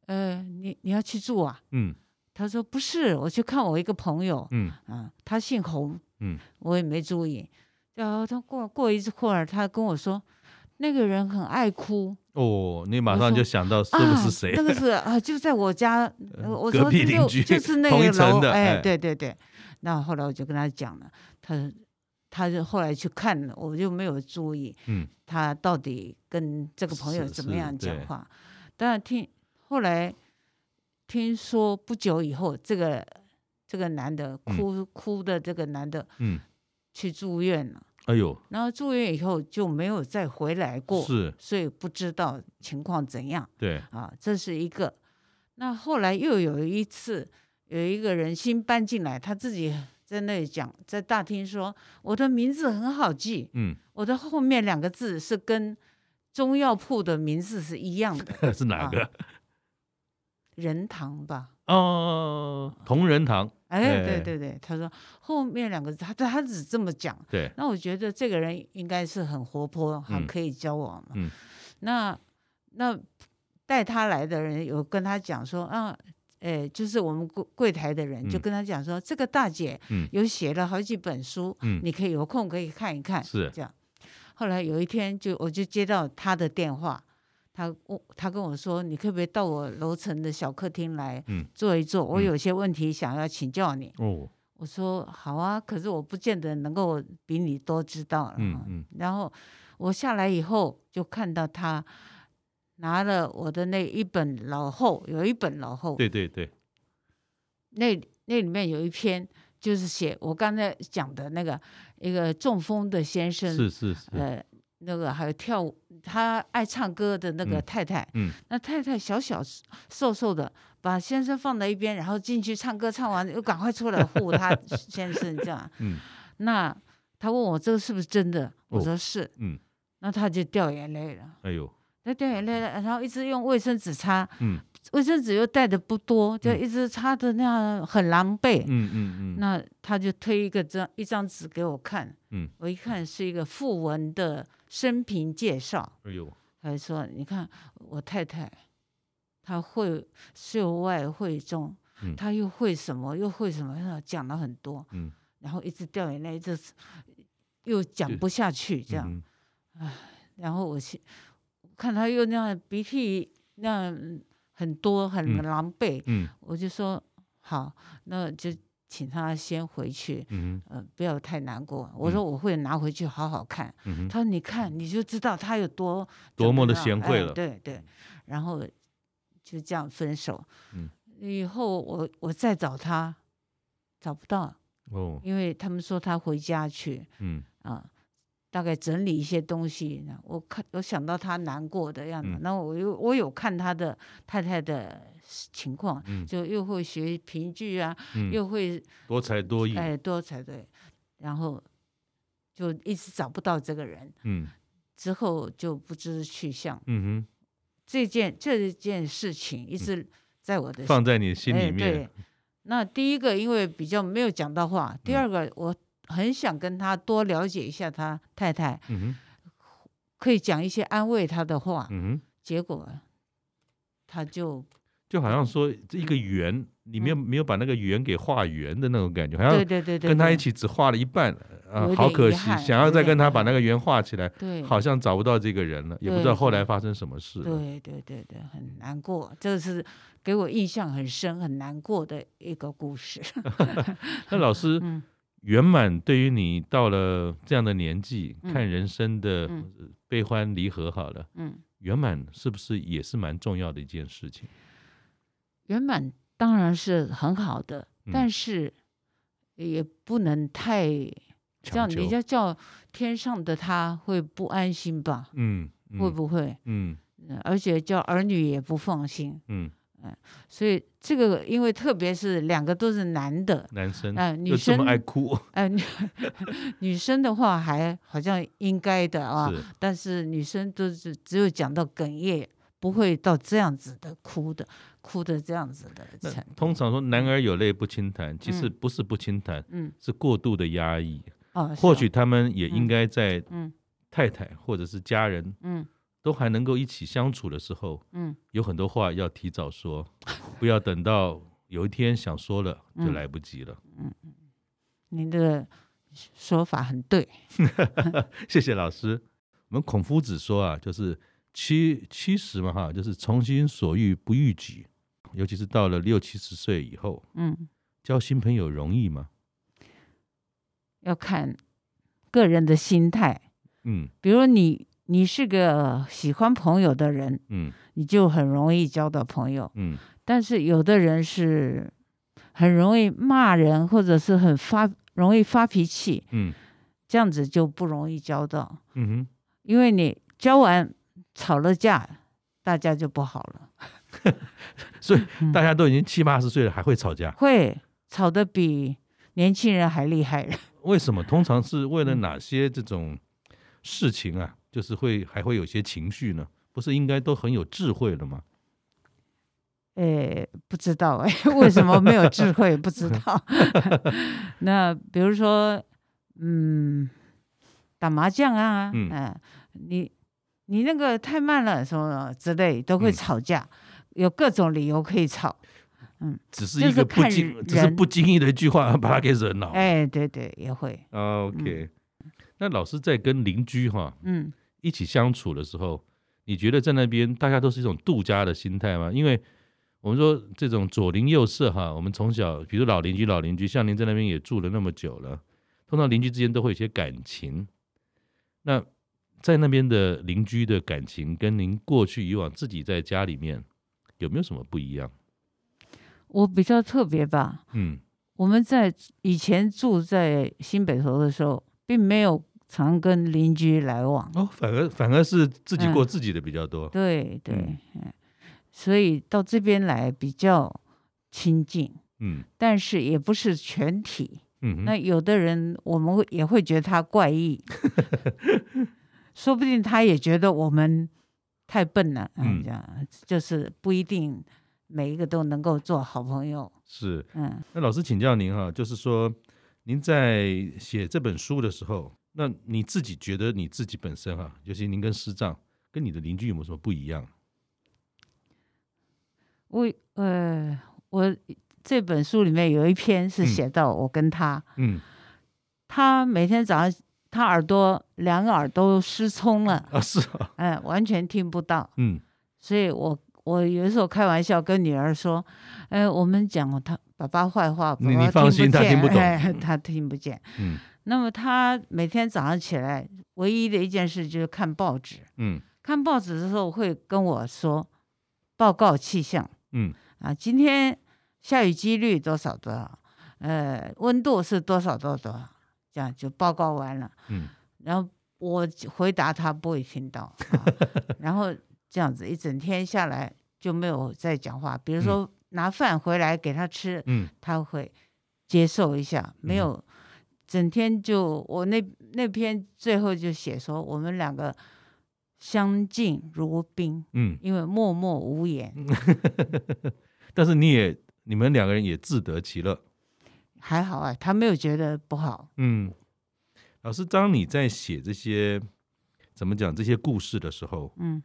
[SPEAKER 3] 呃，你你要去住啊
[SPEAKER 2] 嗯？”
[SPEAKER 3] 他说：“不是，我去看我一个朋友，
[SPEAKER 2] 嗯
[SPEAKER 3] 啊，他姓洪，
[SPEAKER 2] 嗯，
[SPEAKER 3] 我也没注意。然后他过过一会儿，他跟我说，那个人很爱哭，
[SPEAKER 2] 哦，你马
[SPEAKER 3] 我
[SPEAKER 2] 上
[SPEAKER 3] 说
[SPEAKER 2] 就想到是不是
[SPEAKER 3] 啊？
[SPEAKER 2] 谁
[SPEAKER 3] 那？个是啊，就在我家，呃我
[SPEAKER 2] 隔
[SPEAKER 3] 说
[SPEAKER 2] 壁
[SPEAKER 3] 这
[SPEAKER 2] 邻
[SPEAKER 3] 就
[SPEAKER 2] 居
[SPEAKER 3] 就是那
[SPEAKER 2] 同一
[SPEAKER 3] 个
[SPEAKER 2] 层
[SPEAKER 3] 楼
[SPEAKER 2] 的，
[SPEAKER 3] 哎
[SPEAKER 2] 哎，
[SPEAKER 3] 对对对。那后来我就跟他讲了，他他就后来去看了，我就没有注意，
[SPEAKER 2] 嗯，
[SPEAKER 3] 他到底跟这个朋友
[SPEAKER 2] 是
[SPEAKER 3] 怎么
[SPEAKER 2] 是
[SPEAKER 3] 样讲
[SPEAKER 2] 对
[SPEAKER 3] 话。但听后来听说不久以后，这个这个男的
[SPEAKER 2] 嗯
[SPEAKER 3] 哭、哭的这个男的
[SPEAKER 2] 嗯，
[SPEAKER 3] 去住院了，
[SPEAKER 2] 哎呦，
[SPEAKER 3] 然后住院以后就没有再回来过，
[SPEAKER 2] 是，
[SPEAKER 3] 所以不知道情况怎样
[SPEAKER 2] 对，
[SPEAKER 3] 啊，这是一个。那后来又有一次，有一个人新搬进来，他自己在那里讲，在大厅说我的名字很好记，
[SPEAKER 2] 嗯，
[SPEAKER 3] 我的后面两个字是跟中药铺的名字是一样的，
[SPEAKER 2] 是哪
[SPEAKER 3] 啊
[SPEAKER 2] 个？
[SPEAKER 3] 仁堂吧？
[SPEAKER 2] 哦，同仁堂，
[SPEAKER 3] 哎，
[SPEAKER 2] 哎
[SPEAKER 3] 对对对，他说后面两个字，他他只这么讲。
[SPEAKER 2] 对，
[SPEAKER 3] 那我觉得这个人应该是很活泼，
[SPEAKER 2] 嗯
[SPEAKER 3] 很可以交往嘛。
[SPEAKER 2] 嗯
[SPEAKER 3] 那那带他来的人有跟他讲说啊。哎，就是我们柜柜台的人
[SPEAKER 2] 嗯
[SPEAKER 3] 就跟他讲说，这个大姐
[SPEAKER 2] 嗯
[SPEAKER 3] 有写了好几本书，
[SPEAKER 2] 嗯
[SPEAKER 3] 你可以有空可以看一看。
[SPEAKER 2] 是
[SPEAKER 3] 这样。后来有一天就我就接到他的电话，他我他跟我说，你可不可以到我楼层的小客厅来
[SPEAKER 2] 嗯
[SPEAKER 3] 坐一坐？我
[SPEAKER 2] 嗯
[SPEAKER 3] 有些问题想要请教你。
[SPEAKER 2] 哦，
[SPEAKER 3] 我说好啊，可是我不见得能够比你多知道了。
[SPEAKER 2] 嗯嗯
[SPEAKER 3] 然后我下来以后就看到他拿了我的那一本老厚，有一本老厚，
[SPEAKER 2] 对对对，
[SPEAKER 3] 那那里面有一篇就是写我刚才讲的那个一个中风的先生
[SPEAKER 2] 是是是，
[SPEAKER 3] 呃，那个还有跳舞，他爱唱歌的那个
[SPEAKER 2] 嗯
[SPEAKER 3] 太太，
[SPEAKER 2] 嗯
[SPEAKER 3] 那太太小小瘦瘦的，把先生放在一边，然后进去唱歌，唱完又赶快出来护他 先生，这样。
[SPEAKER 2] 嗯
[SPEAKER 3] 那他问我这个是不是真的？我
[SPEAKER 2] 哦
[SPEAKER 3] 说是，
[SPEAKER 2] 嗯，
[SPEAKER 3] 那他就掉眼泪了。
[SPEAKER 2] 哎呦，
[SPEAKER 3] 他掉眼泪了，然后一直用卫生纸擦，
[SPEAKER 2] 嗯
[SPEAKER 3] 卫生纸又带的不多，就
[SPEAKER 2] 嗯
[SPEAKER 3] 一直擦的那样很狼狈。
[SPEAKER 2] 嗯嗯嗯，
[SPEAKER 3] 那他就推一个张一张纸给我看，
[SPEAKER 2] 嗯，
[SPEAKER 3] 我一看是一个傅文的生平介绍，
[SPEAKER 2] 哎呦，
[SPEAKER 3] 他就说：“你看我太太，她会秀外慧中，
[SPEAKER 2] 嗯
[SPEAKER 3] 她又会什么，又会什么，讲了很多，
[SPEAKER 2] 嗯，
[SPEAKER 3] 然后一直掉眼泪，一直又讲
[SPEAKER 2] 对
[SPEAKER 3] 不下去，这样。
[SPEAKER 2] 嗯
[SPEAKER 3] 然后我去看他又那样鼻涕那样很多，很
[SPEAKER 2] 嗯
[SPEAKER 3] 狼狈，
[SPEAKER 2] 嗯
[SPEAKER 3] 我就说好，那就请他先回去。”
[SPEAKER 2] 嗯
[SPEAKER 3] 呃，不要太难过。我说我会拿回去好好看。
[SPEAKER 2] 嗯嗯，
[SPEAKER 3] 他说你看你就知道他有多
[SPEAKER 2] 多
[SPEAKER 3] 怎
[SPEAKER 2] 么的
[SPEAKER 3] 样
[SPEAKER 2] 贤惠
[SPEAKER 3] 哎
[SPEAKER 2] 了
[SPEAKER 3] 对对，然后就这样分手。
[SPEAKER 2] 嗯，
[SPEAKER 3] 以后我我再找他，找不到，
[SPEAKER 2] 哦，
[SPEAKER 3] 因为他们说他回家去
[SPEAKER 2] 嗯
[SPEAKER 3] 啊。大概整理一些东西，我看我想到他难过的样子，
[SPEAKER 2] 嗯
[SPEAKER 3] 那我又我有看他的太太的情况，
[SPEAKER 2] 嗯
[SPEAKER 3] 就又会学评剧啊，
[SPEAKER 2] 嗯，
[SPEAKER 3] 又会
[SPEAKER 2] 多才多艺，
[SPEAKER 3] 哎，多才对，然后就一直找不到这个人，
[SPEAKER 2] 嗯
[SPEAKER 3] 之后就不知去向。
[SPEAKER 2] 嗯
[SPEAKER 3] 这件这件事情一直在我的
[SPEAKER 2] 哼，放在你心
[SPEAKER 3] 哎
[SPEAKER 2] 里面
[SPEAKER 3] 对，那第一个因为比较没有讲到话，第
[SPEAKER 2] 嗯
[SPEAKER 3] 二个我很想跟他多了解一下他太太，
[SPEAKER 2] 嗯哼，
[SPEAKER 3] 可以讲一些安慰他的话。
[SPEAKER 2] 嗯哼，
[SPEAKER 3] 结果他就
[SPEAKER 2] 就
[SPEAKER 3] 嗯
[SPEAKER 2] 好像说这一个圆，你没有没有把那个圆给画圆的那种感觉，好
[SPEAKER 3] 对
[SPEAKER 2] 像
[SPEAKER 3] 对对对，
[SPEAKER 2] 跟他
[SPEAKER 3] 对
[SPEAKER 2] 一起只画了一半，啊
[SPEAKER 3] 有，
[SPEAKER 2] 好
[SPEAKER 3] 点
[SPEAKER 2] 可
[SPEAKER 3] 遗
[SPEAKER 2] 惜，
[SPEAKER 3] 憾
[SPEAKER 2] 想要
[SPEAKER 3] 有
[SPEAKER 2] 再
[SPEAKER 3] 点
[SPEAKER 2] 跟
[SPEAKER 3] 遗
[SPEAKER 2] 他把
[SPEAKER 3] 憾
[SPEAKER 2] 那个圆画起来，
[SPEAKER 3] 对
[SPEAKER 2] 好像找不到这个人了，也不知道
[SPEAKER 3] 对
[SPEAKER 2] 后来
[SPEAKER 3] 对
[SPEAKER 2] 发生什么事了。
[SPEAKER 3] 对对对对，很难过，这是给我印象很深、很难过的一个故事。
[SPEAKER 2] 那老师，
[SPEAKER 3] 嗯
[SPEAKER 2] 圆满对于你到了这样的年纪，看人生的
[SPEAKER 3] 嗯
[SPEAKER 2] 呃悲欢离合，好了，
[SPEAKER 3] 嗯，
[SPEAKER 2] 圆满是不是也是蛮重要的一件事情？
[SPEAKER 3] 圆满当然是很好的，
[SPEAKER 2] 嗯
[SPEAKER 3] 但是也不能太这
[SPEAKER 2] 强
[SPEAKER 3] 样，
[SPEAKER 2] 求
[SPEAKER 3] 人家叫天上的他会不安心吧？
[SPEAKER 2] 嗯，嗯
[SPEAKER 3] 会？不会？
[SPEAKER 2] 嗯
[SPEAKER 3] 嗯而且叫儿女也不放心，
[SPEAKER 2] 嗯，
[SPEAKER 3] 所以这个因为特别是两个都是男的，
[SPEAKER 2] 男生
[SPEAKER 3] 哎女
[SPEAKER 2] 又这么
[SPEAKER 3] 生
[SPEAKER 2] 爱哭，
[SPEAKER 3] 哎、女 女生的话还好像应该的啊，
[SPEAKER 2] 是
[SPEAKER 3] 但是女生都是只有讲到哽咽，不会到这样子的哭的，哭的这样子的
[SPEAKER 2] 那
[SPEAKER 3] 程度。
[SPEAKER 2] 通常说男儿有泪不轻弹，其实
[SPEAKER 3] 嗯
[SPEAKER 2] 不是不轻弹，
[SPEAKER 3] 嗯，
[SPEAKER 2] 是过度的压抑。
[SPEAKER 3] 哦，是
[SPEAKER 2] 或
[SPEAKER 3] 哦
[SPEAKER 2] 许，他们也应该在
[SPEAKER 3] 嗯
[SPEAKER 2] 太太或者是家人
[SPEAKER 3] 嗯
[SPEAKER 2] 都还能够一起相处的时候，
[SPEAKER 3] 嗯，
[SPEAKER 2] 有很多话要提早说， 不要等到有一天想说了
[SPEAKER 3] 嗯
[SPEAKER 2] 就来不及了。
[SPEAKER 3] 您的说法很对。
[SPEAKER 2] 谢谢老师。我们孔夫子说啊，就是七七十嘛哈，就是从心所欲不逾矩，尤其是到了六七十岁以后，
[SPEAKER 3] 嗯，
[SPEAKER 2] 交新朋友容易吗？
[SPEAKER 3] 要看个人的心态，
[SPEAKER 2] 嗯
[SPEAKER 3] 比如你你是个喜欢朋友的人，
[SPEAKER 2] 嗯
[SPEAKER 3] 你就很容易交到朋友。
[SPEAKER 2] 嗯
[SPEAKER 3] 但是有的人是很容易骂人，或者是很发容易发脾气，
[SPEAKER 2] 嗯
[SPEAKER 3] 这样子就不容易交到。
[SPEAKER 2] 嗯哼，
[SPEAKER 3] 因为你交完吵了架，大家就不好了，
[SPEAKER 2] 所以
[SPEAKER 3] 嗯
[SPEAKER 2] 大家都已经七八十岁了，还会吵架，
[SPEAKER 3] 会吵得比年轻人还厉害了。
[SPEAKER 2] 为什么？通常是为了
[SPEAKER 3] 嗯
[SPEAKER 2] 哪些这种事情啊？就是会还会有些情绪呢？不是应该都很有智慧了吗？
[SPEAKER 3] 诶，不知道哎，为什么没有智慧？不知道。 那比如说，嗯，打麻将啊，
[SPEAKER 2] 嗯
[SPEAKER 3] 嗯，你你那个太慢了，什么之类，都会
[SPEAKER 2] 嗯
[SPEAKER 3] 吵架，有各种理由可以吵。
[SPEAKER 2] 只是
[SPEAKER 3] 就
[SPEAKER 2] 一
[SPEAKER 3] 是
[SPEAKER 2] 个不
[SPEAKER 3] 看
[SPEAKER 2] 经，
[SPEAKER 3] 人
[SPEAKER 2] 只是不经意的一句话 把他给惹恼。哦
[SPEAKER 3] 哎，嗯对对，也会，
[SPEAKER 2] OK，、那老师在跟邻居哈
[SPEAKER 3] 嗯
[SPEAKER 2] 一起相处的时候，你觉得在那边大家都是一种度假的心态吗？因为我们说这种左邻右舍哈，我们从小，比如老邻居、老邻居，像您在那边也住了那么久了，通常邻居之间都会有一些感情。那在那边的邻居的感情，跟您过去以往自己在家里面有没有什么不一样？
[SPEAKER 3] 我比较特别吧，
[SPEAKER 2] 嗯
[SPEAKER 3] 我们在以前住在新北头的时候，并没有常跟邻居来往。
[SPEAKER 2] 哦，反而反而是自己过自己的比较多。
[SPEAKER 3] 嗯对对，
[SPEAKER 2] 嗯
[SPEAKER 3] 嗯，所以到这边来比较亲近，
[SPEAKER 2] 嗯
[SPEAKER 3] 但是也不是全体。
[SPEAKER 2] 嗯
[SPEAKER 3] 那
[SPEAKER 2] 哼，
[SPEAKER 3] 有的人我们会也会觉得他 怪异，说不定他也觉得我们太笨了。
[SPEAKER 2] 嗯
[SPEAKER 3] 嗯，这样就是不一定每一个都能够做好朋友。
[SPEAKER 2] 是。
[SPEAKER 3] 嗯
[SPEAKER 2] 那老师请教您哈、就是说您在写这本书的时候，那你自己觉得你自己本身哈、尤其您跟师丈跟你的邻居有没有什么不一样？
[SPEAKER 3] 我呃，我这本书里面有一篇是
[SPEAKER 2] 嗯
[SPEAKER 3] 写到我跟他，
[SPEAKER 2] 嗯
[SPEAKER 3] 他每天早上他耳朵两个耳朵失聪了，
[SPEAKER 2] 啊是啊，
[SPEAKER 3] 哎、完全听不到。
[SPEAKER 2] 嗯
[SPEAKER 3] 所以我我有的时候开玩笑跟女儿说，哎，我们讲他爸爸坏话，爸
[SPEAKER 2] 你
[SPEAKER 3] 爸
[SPEAKER 2] 你放心
[SPEAKER 3] 不
[SPEAKER 2] 他
[SPEAKER 3] 见
[SPEAKER 2] 听不懂
[SPEAKER 3] 哎，他听不见。
[SPEAKER 2] 嗯
[SPEAKER 3] 那么他每天早上起来，唯一的一件事就是看报纸。
[SPEAKER 2] 嗯
[SPEAKER 3] 看报纸的时候会跟我说报告气象。
[SPEAKER 2] 嗯
[SPEAKER 3] 啊，今天下雨几率多少多少，呃，温度是多少多少多少，这样就报告完了。
[SPEAKER 2] 嗯，
[SPEAKER 3] 然后我回答他不会听到， 啊、然后这样子一整天下来就没有再讲话。比如
[SPEAKER 2] 嗯
[SPEAKER 3] 说拿饭回来给他吃，
[SPEAKER 2] 嗯
[SPEAKER 3] 他会接受一下，没
[SPEAKER 2] 嗯
[SPEAKER 3] 有。整天就我那那篇最后就写说我们两个相敬如宾，
[SPEAKER 2] 嗯，
[SPEAKER 3] 因为默默无言。
[SPEAKER 2] 但是你也你们两个人也自得其乐。
[SPEAKER 3] 还好啊，他没有觉得不好。
[SPEAKER 2] 嗯，老师，当你在写这些怎么讲这些故事的时候，
[SPEAKER 3] 嗯，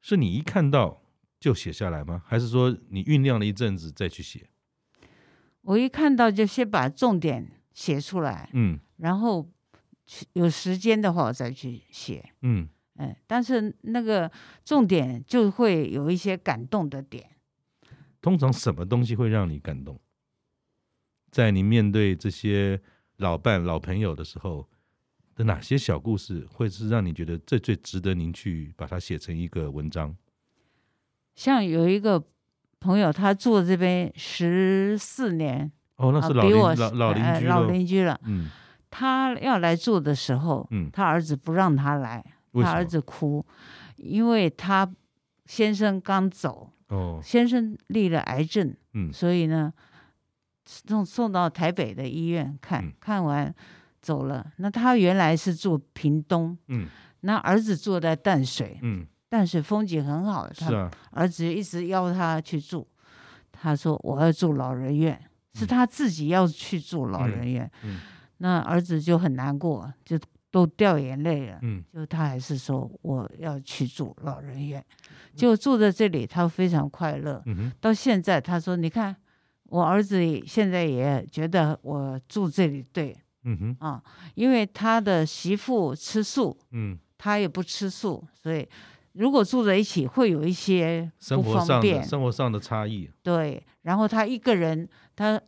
[SPEAKER 2] 是你一看到就写下来吗？还是说你酝酿了一阵子再去写？
[SPEAKER 3] 我一看到就先把重点写出来，
[SPEAKER 2] 嗯
[SPEAKER 3] 然后去有时间的话我再去写。
[SPEAKER 2] 嗯
[SPEAKER 3] 嗯，但是那个重点就会有一些感动的点。
[SPEAKER 2] 通常什么东西会让你感动？在你面对这些老伴、老朋友的时候，的哪些小故事会是让你觉得这最值得您去把它写成一个文章？
[SPEAKER 3] 像有一个朋友，他住这边十四年，
[SPEAKER 2] 哦，那
[SPEAKER 3] 啊
[SPEAKER 2] 是老
[SPEAKER 3] 比
[SPEAKER 2] 邻、
[SPEAKER 3] 我
[SPEAKER 2] 老
[SPEAKER 3] 是
[SPEAKER 2] 老邻
[SPEAKER 3] 呃
[SPEAKER 2] 居
[SPEAKER 3] 老
[SPEAKER 2] 喽。
[SPEAKER 3] 邻居了。
[SPEAKER 2] 嗯
[SPEAKER 3] 他要来住的时候，
[SPEAKER 2] 嗯，
[SPEAKER 3] 他儿子不让他来，
[SPEAKER 2] 为
[SPEAKER 3] 他儿
[SPEAKER 2] 什么？
[SPEAKER 3] 子哭，因为他先生刚走，
[SPEAKER 2] 哦，
[SPEAKER 3] 先生立了癌症，
[SPEAKER 2] 嗯
[SPEAKER 3] 所以呢，送送到台北的医院看、
[SPEAKER 2] 嗯
[SPEAKER 3] 看完走了。那他原来是住屏东，
[SPEAKER 2] 嗯
[SPEAKER 3] 那儿子住在淡水，
[SPEAKER 2] 嗯，
[SPEAKER 3] 淡水风景很好，他
[SPEAKER 2] 是啊，
[SPEAKER 3] 儿子一直邀他去住，他说我要住老人院，是他自己要去住老人院。
[SPEAKER 2] 嗯嗯嗯
[SPEAKER 3] 那儿子就很难过，就都掉眼泪了。
[SPEAKER 2] 嗯
[SPEAKER 3] 就他还是说我要去住老人院，就住在这里，他非常快乐。
[SPEAKER 2] 嗯哼，
[SPEAKER 3] 到现在他说，你看我儿子也现在也觉得我住这里对
[SPEAKER 2] 嗯哼，
[SPEAKER 3] 啊，因为他的媳妇吃素，
[SPEAKER 2] 嗯，
[SPEAKER 3] 他也不吃素，所以如果住在一起会有一些
[SPEAKER 2] 生
[SPEAKER 3] 不
[SPEAKER 2] 活
[SPEAKER 3] 方
[SPEAKER 2] 上
[SPEAKER 3] 便
[SPEAKER 2] 的。生活上的差异，
[SPEAKER 3] 对，然后他一个人，他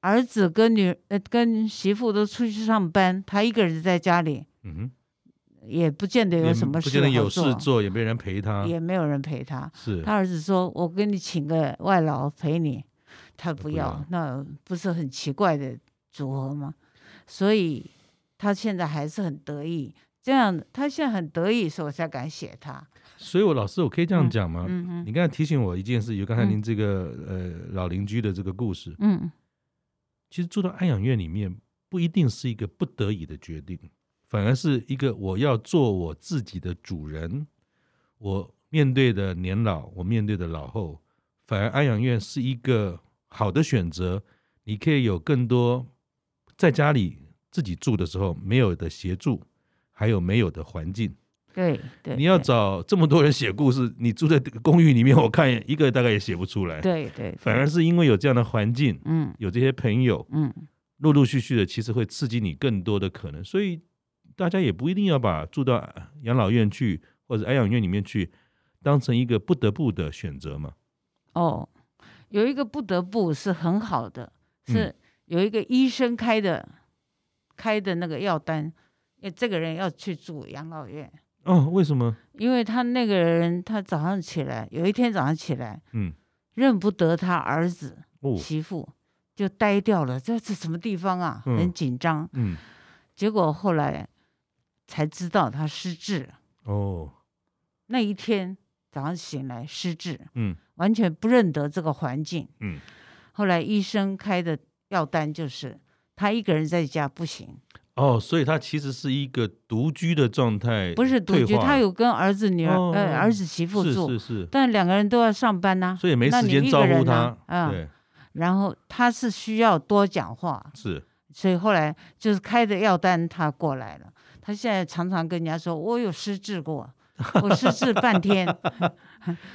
[SPEAKER 3] 儿子跟女呃跟媳妇都出去上班，他一个人在家里，
[SPEAKER 2] 嗯哼，
[SPEAKER 3] 也不见得
[SPEAKER 2] 也
[SPEAKER 3] 有什么
[SPEAKER 2] 不
[SPEAKER 3] 事
[SPEAKER 2] 见得
[SPEAKER 3] 好
[SPEAKER 2] 有事做，也啊没人陪他，
[SPEAKER 3] 也没有人陪他。
[SPEAKER 2] 是
[SPEAKER 3] 他儿子说：“我给你请个外劳陪你。”他不
[SPEAKER 2] 不
[SPEAKER 3] 要，
[SPEAKER 2] 要
[SPEAKER 3] 那不是很奇怪的组合吗？所以他现在还是很得意。这样，他现在很得意，所以我才敢写他。
[SPEAKER 2] 所以我老师，我可以这样
[SPEAKER 3] 嗯
[SPEAKER 2] 讲吗？
[SPEAKER 3] 嗯
[SPEAKER 2] 啊你刚才提醒我一件事，有刚才您
[SPEAKER 3] 嗯
[SPEAKER 2] 这个、呃老邻居的这个故事，
[SPEAKER 3] 嗯嗯，
[SPEAKER 2] 其实住到安养院里面不一定是一个不得已的决定，反而是一个我要做我自己的主人。我面对的年老，我面对的老后，反而安养院是一个好的选择。你可以有更多在家里自己住的时候没有的协助，还有没有的环境。
[SPEAKER 3] 对对。
[SPEAKER 2] 你要
[SPEAKER 3] 对
[SPEAKER 2] 找这么多人写故事，你住在公寓里面，我看一个大概也写不出来。
[SPEAKER 3] 对对，
[SPEAKER 2] 反
[SPEAKER 3] 对
[SPEAKER 2] 而是因为有这样的环境，
[SPEAKER 3] 嗯
[SPEAKER 2] 有这些朋友，
[SPEAKER 3] 嗯。
[SPEAKER 2] 陆陆续续的，其实会刺激你更多的可能。所以大家也不一定要把住到养老院去或者安养院里面去，当成一个不得不的选择嘛。
[SPEAKER 3] 哦，有一个不得不是很好的，
[SPEAKER 2] 嗯
[SPEAKER 3] 是有一个医生开的、开的那个药单，呃这个人要去住养老院，
[SPEAKER 2] 哦，为什么？
[SPEAKER 3] 因为他那个人他早上起来，有一天早上起来
[SPEAKER 2] 嗯，
[SPEAKER 3] 认不得他儿子、
[SPEAKER 2] 哦，
[SPEAKER 3] 媳妇，就呆掉了，这是什么地方啊？很
[SPEAKER 2] 嗯
[SPEAKER 3] 紧张，
[SPEAKER 2] 嗯，
[SPEAKER 3] 结果后来才知道他失智了，
[SPEAKER 2] 哦，
[SPEAKER 3] 那一天早上醒来失智，
[SPEAKER 2] 嗯
[SPEAKER 3] 完全不认得这个环境。
[SPEAKER 2] 嗯，
[SPEAKER 3] 后来医生开的药单就是他一个人在家不行，
[SPEAKER 2] 哦，所以他其实是一个独居的状态，
[SPEAKER 3] 不是独
[SPEAKER 2] 退
[SPEAKER 3] 居，
[SPEAKER 2] 化
[SPEAKER 3] 他有跟儿子、女儿、
[SPEAKER 2] 哦
[SPEAKER 3] 呃儿子、媳妇
[SPEAKER 2] 是
[SPEAKER 3] 住，
[SPEAKER 2] 是是，
[SPEAKER 3] 但两个人都要上班呐、
[SPEAKER 2] 所以没
[SPEAKER 3] 啊那
[SPEAKER 2] 时
[SPEAKER 3] 你
[SPEAKER 2] 间
[SPEAKER 3] 一
[SPEAKER 2] 招
[SPEAKER 3] 个
[SPEAKER 2] 呼
[SPEAKER 3] 人
[SPEAKER 2] 他
[SPEAKER 3] 呢。啊、
[SPEAKER 2] 对，
[SPEAKER 3] 然后他是需要多讲话，
[SPEAKER 2] 是，
[SPEAKER 3] 所以后来就是开的药单他过来了。他现在常常跟人家说：“我有失智过，我失智 半天。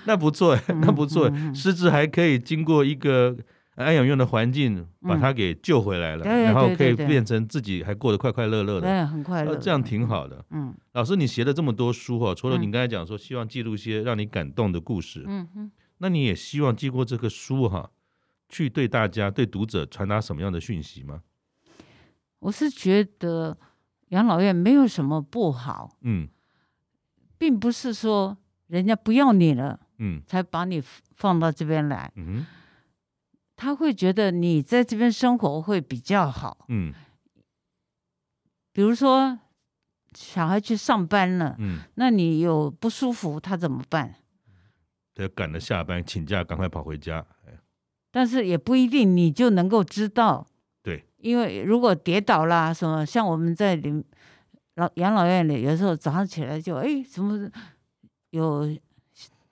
[SPEAKER 2] 那不错，那不错
[SPEAKER 3] 嗯嗯，嗯
[SPEAKER 2] 失智还可以经过一个呃安养院的环境，把他给救回来了，
[SPEAKER 3] 对对
[SPEAKER 2] 然后
[SPEAKER 3] 嗯哎对
[SPEAKER 2] 可以
[SPEAKER 3] 对对
[SPEAKER 2] 变成自己还过得快快乐”乐的，
[SPEAKER 3] 对，哎很快乐。
[SPEAKER 2] 呃这样挺。好的。
[SPEAKER 3] 嗯
[SPEAKER 2] 老师，你写了这么多书哦，除了你
[SPEAKER 3] 嗯
[SPEAKER 2] 刚才讲说希望记录一些让你感动的故事，
[SPEAKER 3] 嗯嗯，
[SPEAKER 2] 那你也希望经过这个书哈，去对大家、对读者传达什么样的讯息吗？
[SPEAKER 3] 我是觉得养老院没有什么不好，
[SPEAKER 2] 嗯
[SPEAKER 3] 并不是说人家不要你了
[SPEAKER 2] 嗯
[SPEAKER 3] 才把你放到这边来，
[SPEAKER 2] 嗯
[SPEAKER 3] 他会觉得你在这边生活会比较好。
[SPEAKER 2] 嗯
[SPEAKER 3] 比如说，小孩去上班了，
[SPEAKER 2] 嗯，
[SPEAKER 3] 那你有不舒服，他怎么办？
[SPEAKER 2] 得赶着下班请假，赶快跑回家。
[SPEAKER 3] 但是也不一定你就能够知道。
[SPEAKER 2] 对，
[SPEAKER 3] 因为如果跌倒啦什么，像我们在里老养老院里，有时候早上起来就哎，怎么有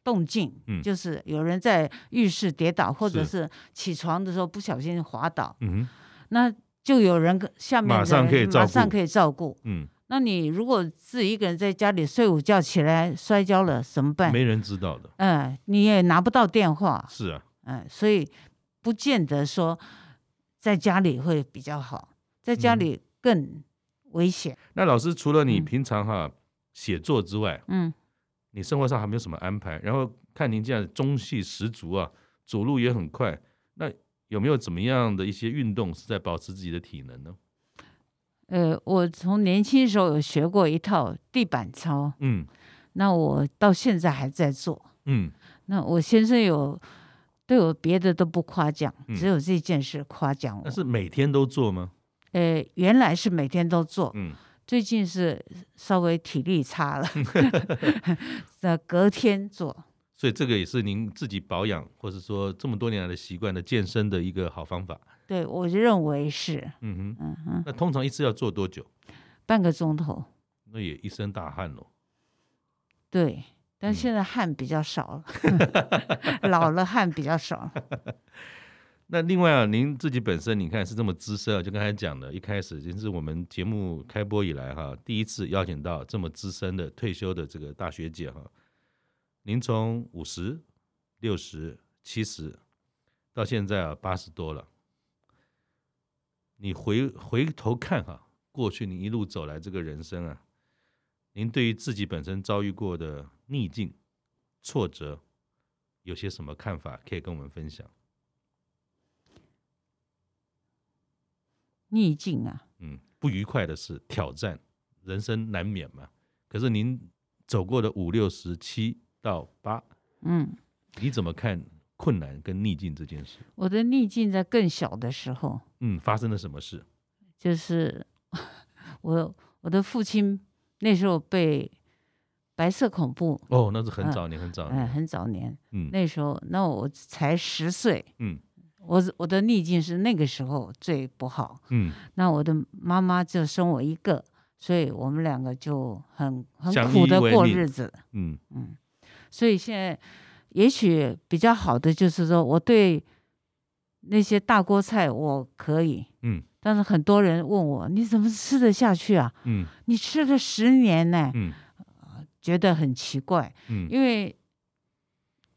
[SPEAKER 3] 动静，
[SPEAKER 2] 嗯
[SPEAKER 3] 就是有人在浴室跌倒，或者
[SPEAKER 2] 是
[SPEAKER 3] 是起床的时候不小心滑倒，
[SPEAKER 2] 嗯哼
[SPEAKER 3] 那就有人跟下面的
[SPEAKER 2] 马上
[SPEAKER 3] 人
[SPEAKER 2] 可以照
[SPEAKER 3] 马上
[SPEAKER 2] 顾
[SPEAKER 3] 可以照顾。
[SPEAKER 2] 嗯，
[SPEAKER 3] 那你如果自己一个人在家里睡午觉起来摔跤了怎么办？
[SPEAKER 2] 没人知道的，
[SPEAKER 3] 嗯，你也拿不到电话，
[SPEAKER 2] 是啊，
[SPEAKER 3] 嗯，所以不见得说在家里会比较好，在家
[SPEAKER 2] 嗯
[SPEAKER 3] 里更危险。
[SPEAKER 2] 那老师除了你
[SPEAKER 3] 嗯
[SPEAKER 2] 平常哈、写作之外，
[SPEAKER 3] 嗯，
[SPEAKER 2] 你生活上还没有什么安排？然后看您这样中气十足啊，走路也很快，那有没有怎么样的一些运动是在保持自己的体能呢？
[SPEAKER 3] 呃，我从年轻时候有学过一套地板操，
[SPEAKER 2] 嗯
[SPEAKER 3] 那我到现在还在做。
[SPEAKER 2] 嗯
[SPEAKER 3] 那我先生有对我别的都不夸奖，
[SPEAKER 2] 嗯
[SPEAKER 3] 只有这件事夸奖我
[SPEAKER 2] 那。是每天都做吗？
[SPEAKER 3] 呃，原来是每天都做，
[SPEAKER 2] 嗯
[SPEAKER 3] 最近是稍微体力 差了， 那隔天做。
[SPEAKER 2] 所以这个也是您自己保养，或是说这么多年来的习惯的健身的一个好方法。
[SPEAKER 3] 对，我认为是，
[SPEAKER 2] 嗯哼，
[SPEAKER 3] 嗯嗯，
[SPEAKER 2] 那通常一次要做多久？
[SPEAKER 3] 半个钟头。
[SPEAKER 2] 那也一身大汗喽。
[SPEAKER 3] 对，但
[SPEAKER 2] 嗯
[SPEAKER 3] 现在汗比较少 了，老了汗比较少了。
[SPEAKER 2] 那另外啊，您自己本身你看是这么资深啊，就刚才讲的，一开始已经是我们节目开播以来哈，第一次邀请到这么资深的退休的这个大学姐哈。您从五十、六十、七十到现在啊八十多了，你回回头看哈、过去你一路走来这个人生啊，您对于自己本身遭遇过的逆境、挫折，有些什么看法可以跟我们分享？
[SPEAKER 3] 逆境啊，
[SPEAKER 2] 嗯，不愉快的事、挑战，人生难免嘛。可是您走过的五六十七到八，
[SPEAKER 3] 嗯。
[SPEAKER 2] 你怎么看困难跟逆境这件事？
[SPEAKER 3] 我的逆境在更小的时候，
[SPEAKER 2] 嗯，发生了什么事？
[SPEAKER 3] 就是 我我的父亲那时候被白色恐怖，
[SPEAKER 2] 哦，那是很早年，很早
[SPEAKER 3] 嗯、
[SPEAKER 2] 年，
[SPEAKER 3] 很早年
[SPEAKER 2] 嗯
[SPEAKER 3] 那时候，那我才十岁，
[SPEAKER 2] 嗯
[SPEAKER 3] 我我的逆境是那个时候最不好。
[SPEAKER 2] 嗯，
[SPEAKER 3] 那我的妈妈就生我一个，所以我们两个就很很
[SPEAKER 2] 相
[SPEAKER 3] 苦
[SPEAKER 2] 依
[SPEAKER 3] 的
[SPEAKER 2] 为
[SPEAKER 3] 过
[SPEAKER 2] 命
[SPEAKER 3] 日子。
[SPEAKER 2] 嗯
[SPEAKER 3] 所以现在也许比较好的就是说，我对那些大锅菜我可以，
[SPEAKER 2] 嗯
[SPEAKER 3] 但是很多人问我，你怎么吃得下去啊？
[SPEAKER 2] 嗯
[SPEAKER 3] 你吃了十年呢，
[SPEAKER 2] 嗯
[SPEAKER 3] 觉得很奇怪，
[SPEAKER 2] 嗯
[SPEAKER 3] 因为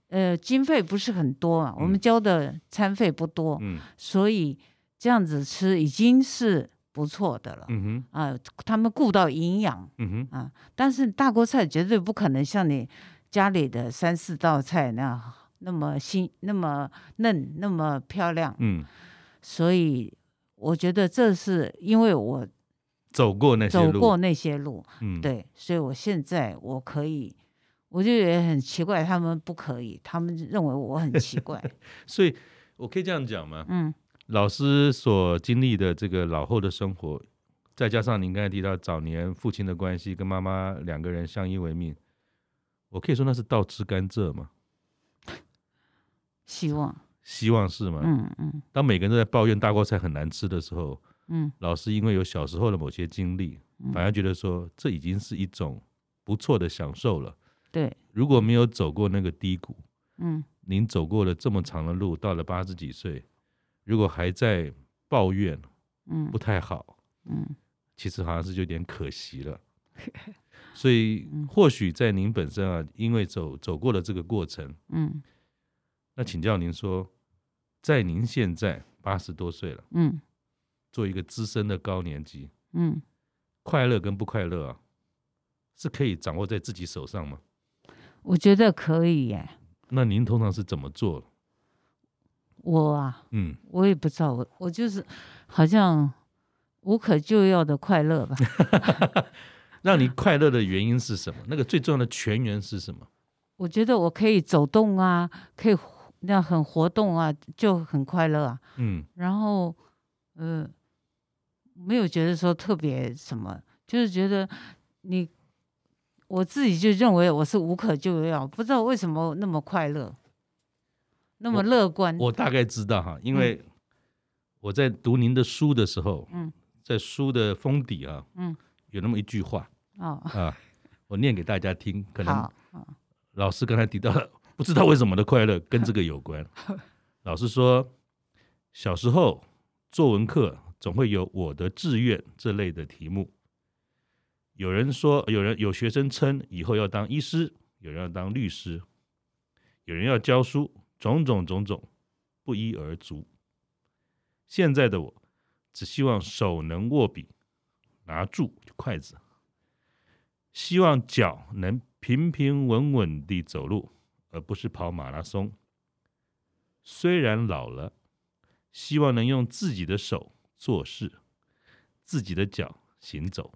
[SPEAKER 3] 呃经费不是很多嘛，我们
[SPEAKER 2] 嗯
[SPEAKER 3] 交的餐费不多，
[SPEAKER 2] 嗯
[SPEAKER 3] 所以这样子吃已经是不错的了。
[SPEAKER 2] 嗯哼
[SPEAKER 3] 啊，他们顾到营养，
[SPEAKER 2] 嗯哼
[SPEAKER 3] 啊但是大锅菜绝对不可能像你家里的三四道菜那样那么新、那么嫩、那么漂亮。
[SPEAKER 2] 嗯，
[SPEAKER 3] 所以我觉得这是因为我
[SPEAKER 2] 走过那些
[SPEAKER 3] 走
[SPEAKER 2] 路，
[SPEAKER 3] 过那些路，
[SPEAKER 2] 嗯，
[SPEAKER 3] 对，所以我现在我可以，我就也很奇怪，他们不可以，他们认为我很奇 怪。
[SPEAKER 2] 所以我可以这样讲吗？
[SPEAKER 3] 嗯，
[SPEAKER 2] 老师所经历的这个老后的生活，再加上您刚才提到早年父亲的关系跟妈妈两个人相依为命，我可以说那是倒吃甘蔗吗？
[SPEAKER 3] 希望，
[SPEAKER 2] 希望是吗？
[SPEAKER 3] 嗯嗯
[SPEAKER 2] 当每个人都在抱怨大锅菜很难吃的时候，
[SPEAKER 3] 嗯，
[SPEAKER 2] 老师因为有小时候的某些经历，
[SPEAKER 3] 嗯
[SPEAKER 2] 反而觉得说这已经是一种不错的享受了。
[SPEAKER 3] 对，
[SPEAKER 2] 如果没有走过那个低谷，
[SPEAKER 3] 嗯
[SPEAKER 2] 您走过了这么长的路，到了八十几岁，如果还在抱怨
[SPEAKER 3] 嗯
[SPEAKER 2] 不太好，
[SPEAKER 3] 嗯
[SPEAKER 2] 其实好像是有点可惜了。所以或许在您本身啊，因为走走过了这个过程，
[SPEAKER 3] 嗯
[SPEAKER 2] 那请教您说，在您现在八十多岁了，
[SPEAKER 3] 嗯
[SPEAKER 2] 做一个资深的高年级，
[SPEAKER 3] 嗯，
[SPEAKER 2] 快乐跟不快乐啊，是可以掌握在自己手上吗？
[SPEAKER 3] 我觉得可以耶，
[SPEAKER 2] 那您通常是怎么做？
[SPEAKER 3] 我啊。
[SPEAKER 2] 嗯，
[SPEAKER 3] 我也不知道，我我就是好像无可救药的快乐吧。
[SPEAKER 2] 让你快乐的原因是什么？那个最重要的泉源是什么？
[SPEAKER 3] 我觉得我可以走动啊，可以活那样很活动啊，就很快乐啊。
[SPEAKER 2] 嗯
[SPEAKER 3] 然后，呃，没有觉得说特别什么，就是觉得你我自己就认为我是无可救药，不知道为什么那么快乐，那么
[SPEAKER 2] 我
[SPEAKER 3] 乐观。
[SPEAKER 2] 我大概知道哈，因为我在读您的书的时候，
[SPEAKER 3] 嗯
[SPEAKER 2] 在书的封底啊，
[SPEAKER 3] 嗯
[SPEAKER 2] 有那么一句话啊
[SPEAKER 3] 哦，
[SPEAKER 2] 啊，我念给大家听，可能
[SPEAKER 3] 好，哦
[SPEAKER 2] 老师刚才提到了，不知道为什么的快乐跟这个有关。老师说，小时候作文课总会有“我的志愿”这类的题目。有人说，有人有学生称以后要当医师，有人要当律师，有人要教书，种种种种，不一而足。现在的我，只希望手能握笔，拿住筷子，希望脚能平平稳稳地走路，而不是跑马拉松。虽然老了，希望能用自己的手做事，自己的脚行走，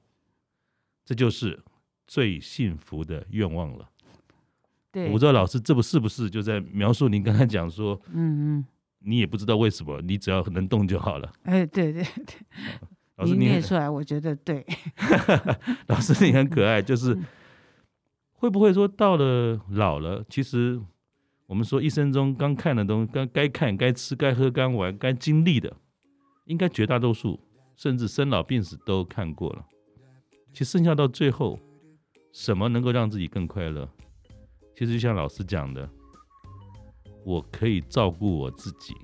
[SPEAKER 2] 这就是最幸福的愿望了。
[SPEAKER 3] 对
[SPEAKER 2] 我不，知道老师这不是不是就在描述您刚才讲说，
[SPEAKER 3] 嗯嗯，
[SPEAKER 2] 你也不知道为什么，你只要能动就好了。
[SPEAKER 3] 哎，对对对，
[SPEAKER 2] 老师
[SPEAKER 3] 你
[SPEAKER 2] 你
[SPEAKER 3] 念
[SPEAKER 2] 很
[SPEAKER 3] 出来，我觉得对，
[SPEAKER 2] 老师你很可爱，就是会不会说到了老了，其实我们说一生中刚看的东西，刚该看、该吃、该喝、该玩、该经历的，应该绝大多数甚至生老病死都看过了。其实剩下到最后，什么能够让自己更快乐？其实就像老师讲的，我可以照顾我自己，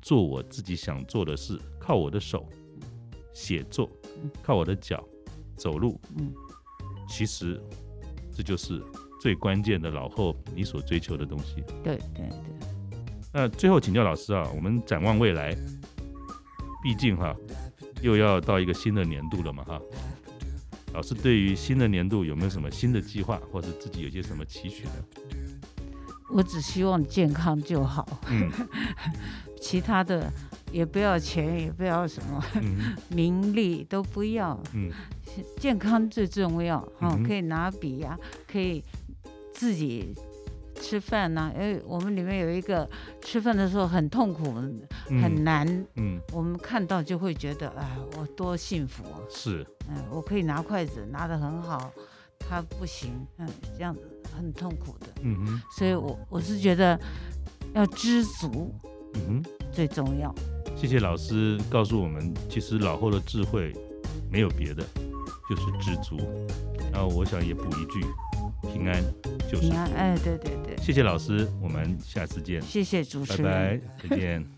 [SPEAKER 2] 做我自己想做的事，靠我的手写作，靠我的脚走路，
[SPEAKER 3] 嗯
[SPEAKER 2] 其实这就是最关键的老后你所追求的东西。
[SPEAKER 3] 对对对。
[SPEAKER 2] 那最后请教老师啊，我们展望未来，毕竟哈、又要到一个新的年度了嘛哈、老师对于新的年度有没有什么新的计划，或是自己有些什么期许呢？
[SPEAKER 3] 我只希望健康就好，
[SPEAKER 2] 嗯
[SPEAKER 3] 其他的也不要钱，也不要什么
[SPEAKER 2] 嗯
[SPEAKER 3] 名利，都不要，
[SPEAKER 2] 嗯
[SPEAKER 3] 健康最重要哈、
[SPEAKER 2] 嗯哼
[SPEAKER 3] 可以拿笔呀、可以自己吃饭呐、因为我们里面有一个吃饭的时候很痛苦，
[SPEAKER 2] 嗯，
[SPEAKER 3] 很难，
[SPEAKER 2] 嗯
[SPEAKER 3] 我们看到就会觉得啊，我多幸福啊！
[SPEAKER 2] 是
[SPEAKER 3] 嗯，我可以拿筷子拿得很好，他不行，嗯，这样子很痛苦的。
[SPEAKER 2] 嗯哼
[SPEAKER 3] 所以我我是觉得要知足
[SPEAKER 2] 嗯
[SPEAKER 3] 最重要。
[SPEAKER 2] 哼，谢谢老师告诉我们，其实老后的智慧没有别的，就是知足。然后我想也补一句，平安就是
[SPEAKER 3] 平安，哎，对对对，
[SPEAKER 2] 谢谢老师，我们下次见，
[SPEAKER 3] 谢谢主
[SPEAKER 2] 拜
[SPEAKER 3] 持人。
[SPEAKER 2] 拜，再见。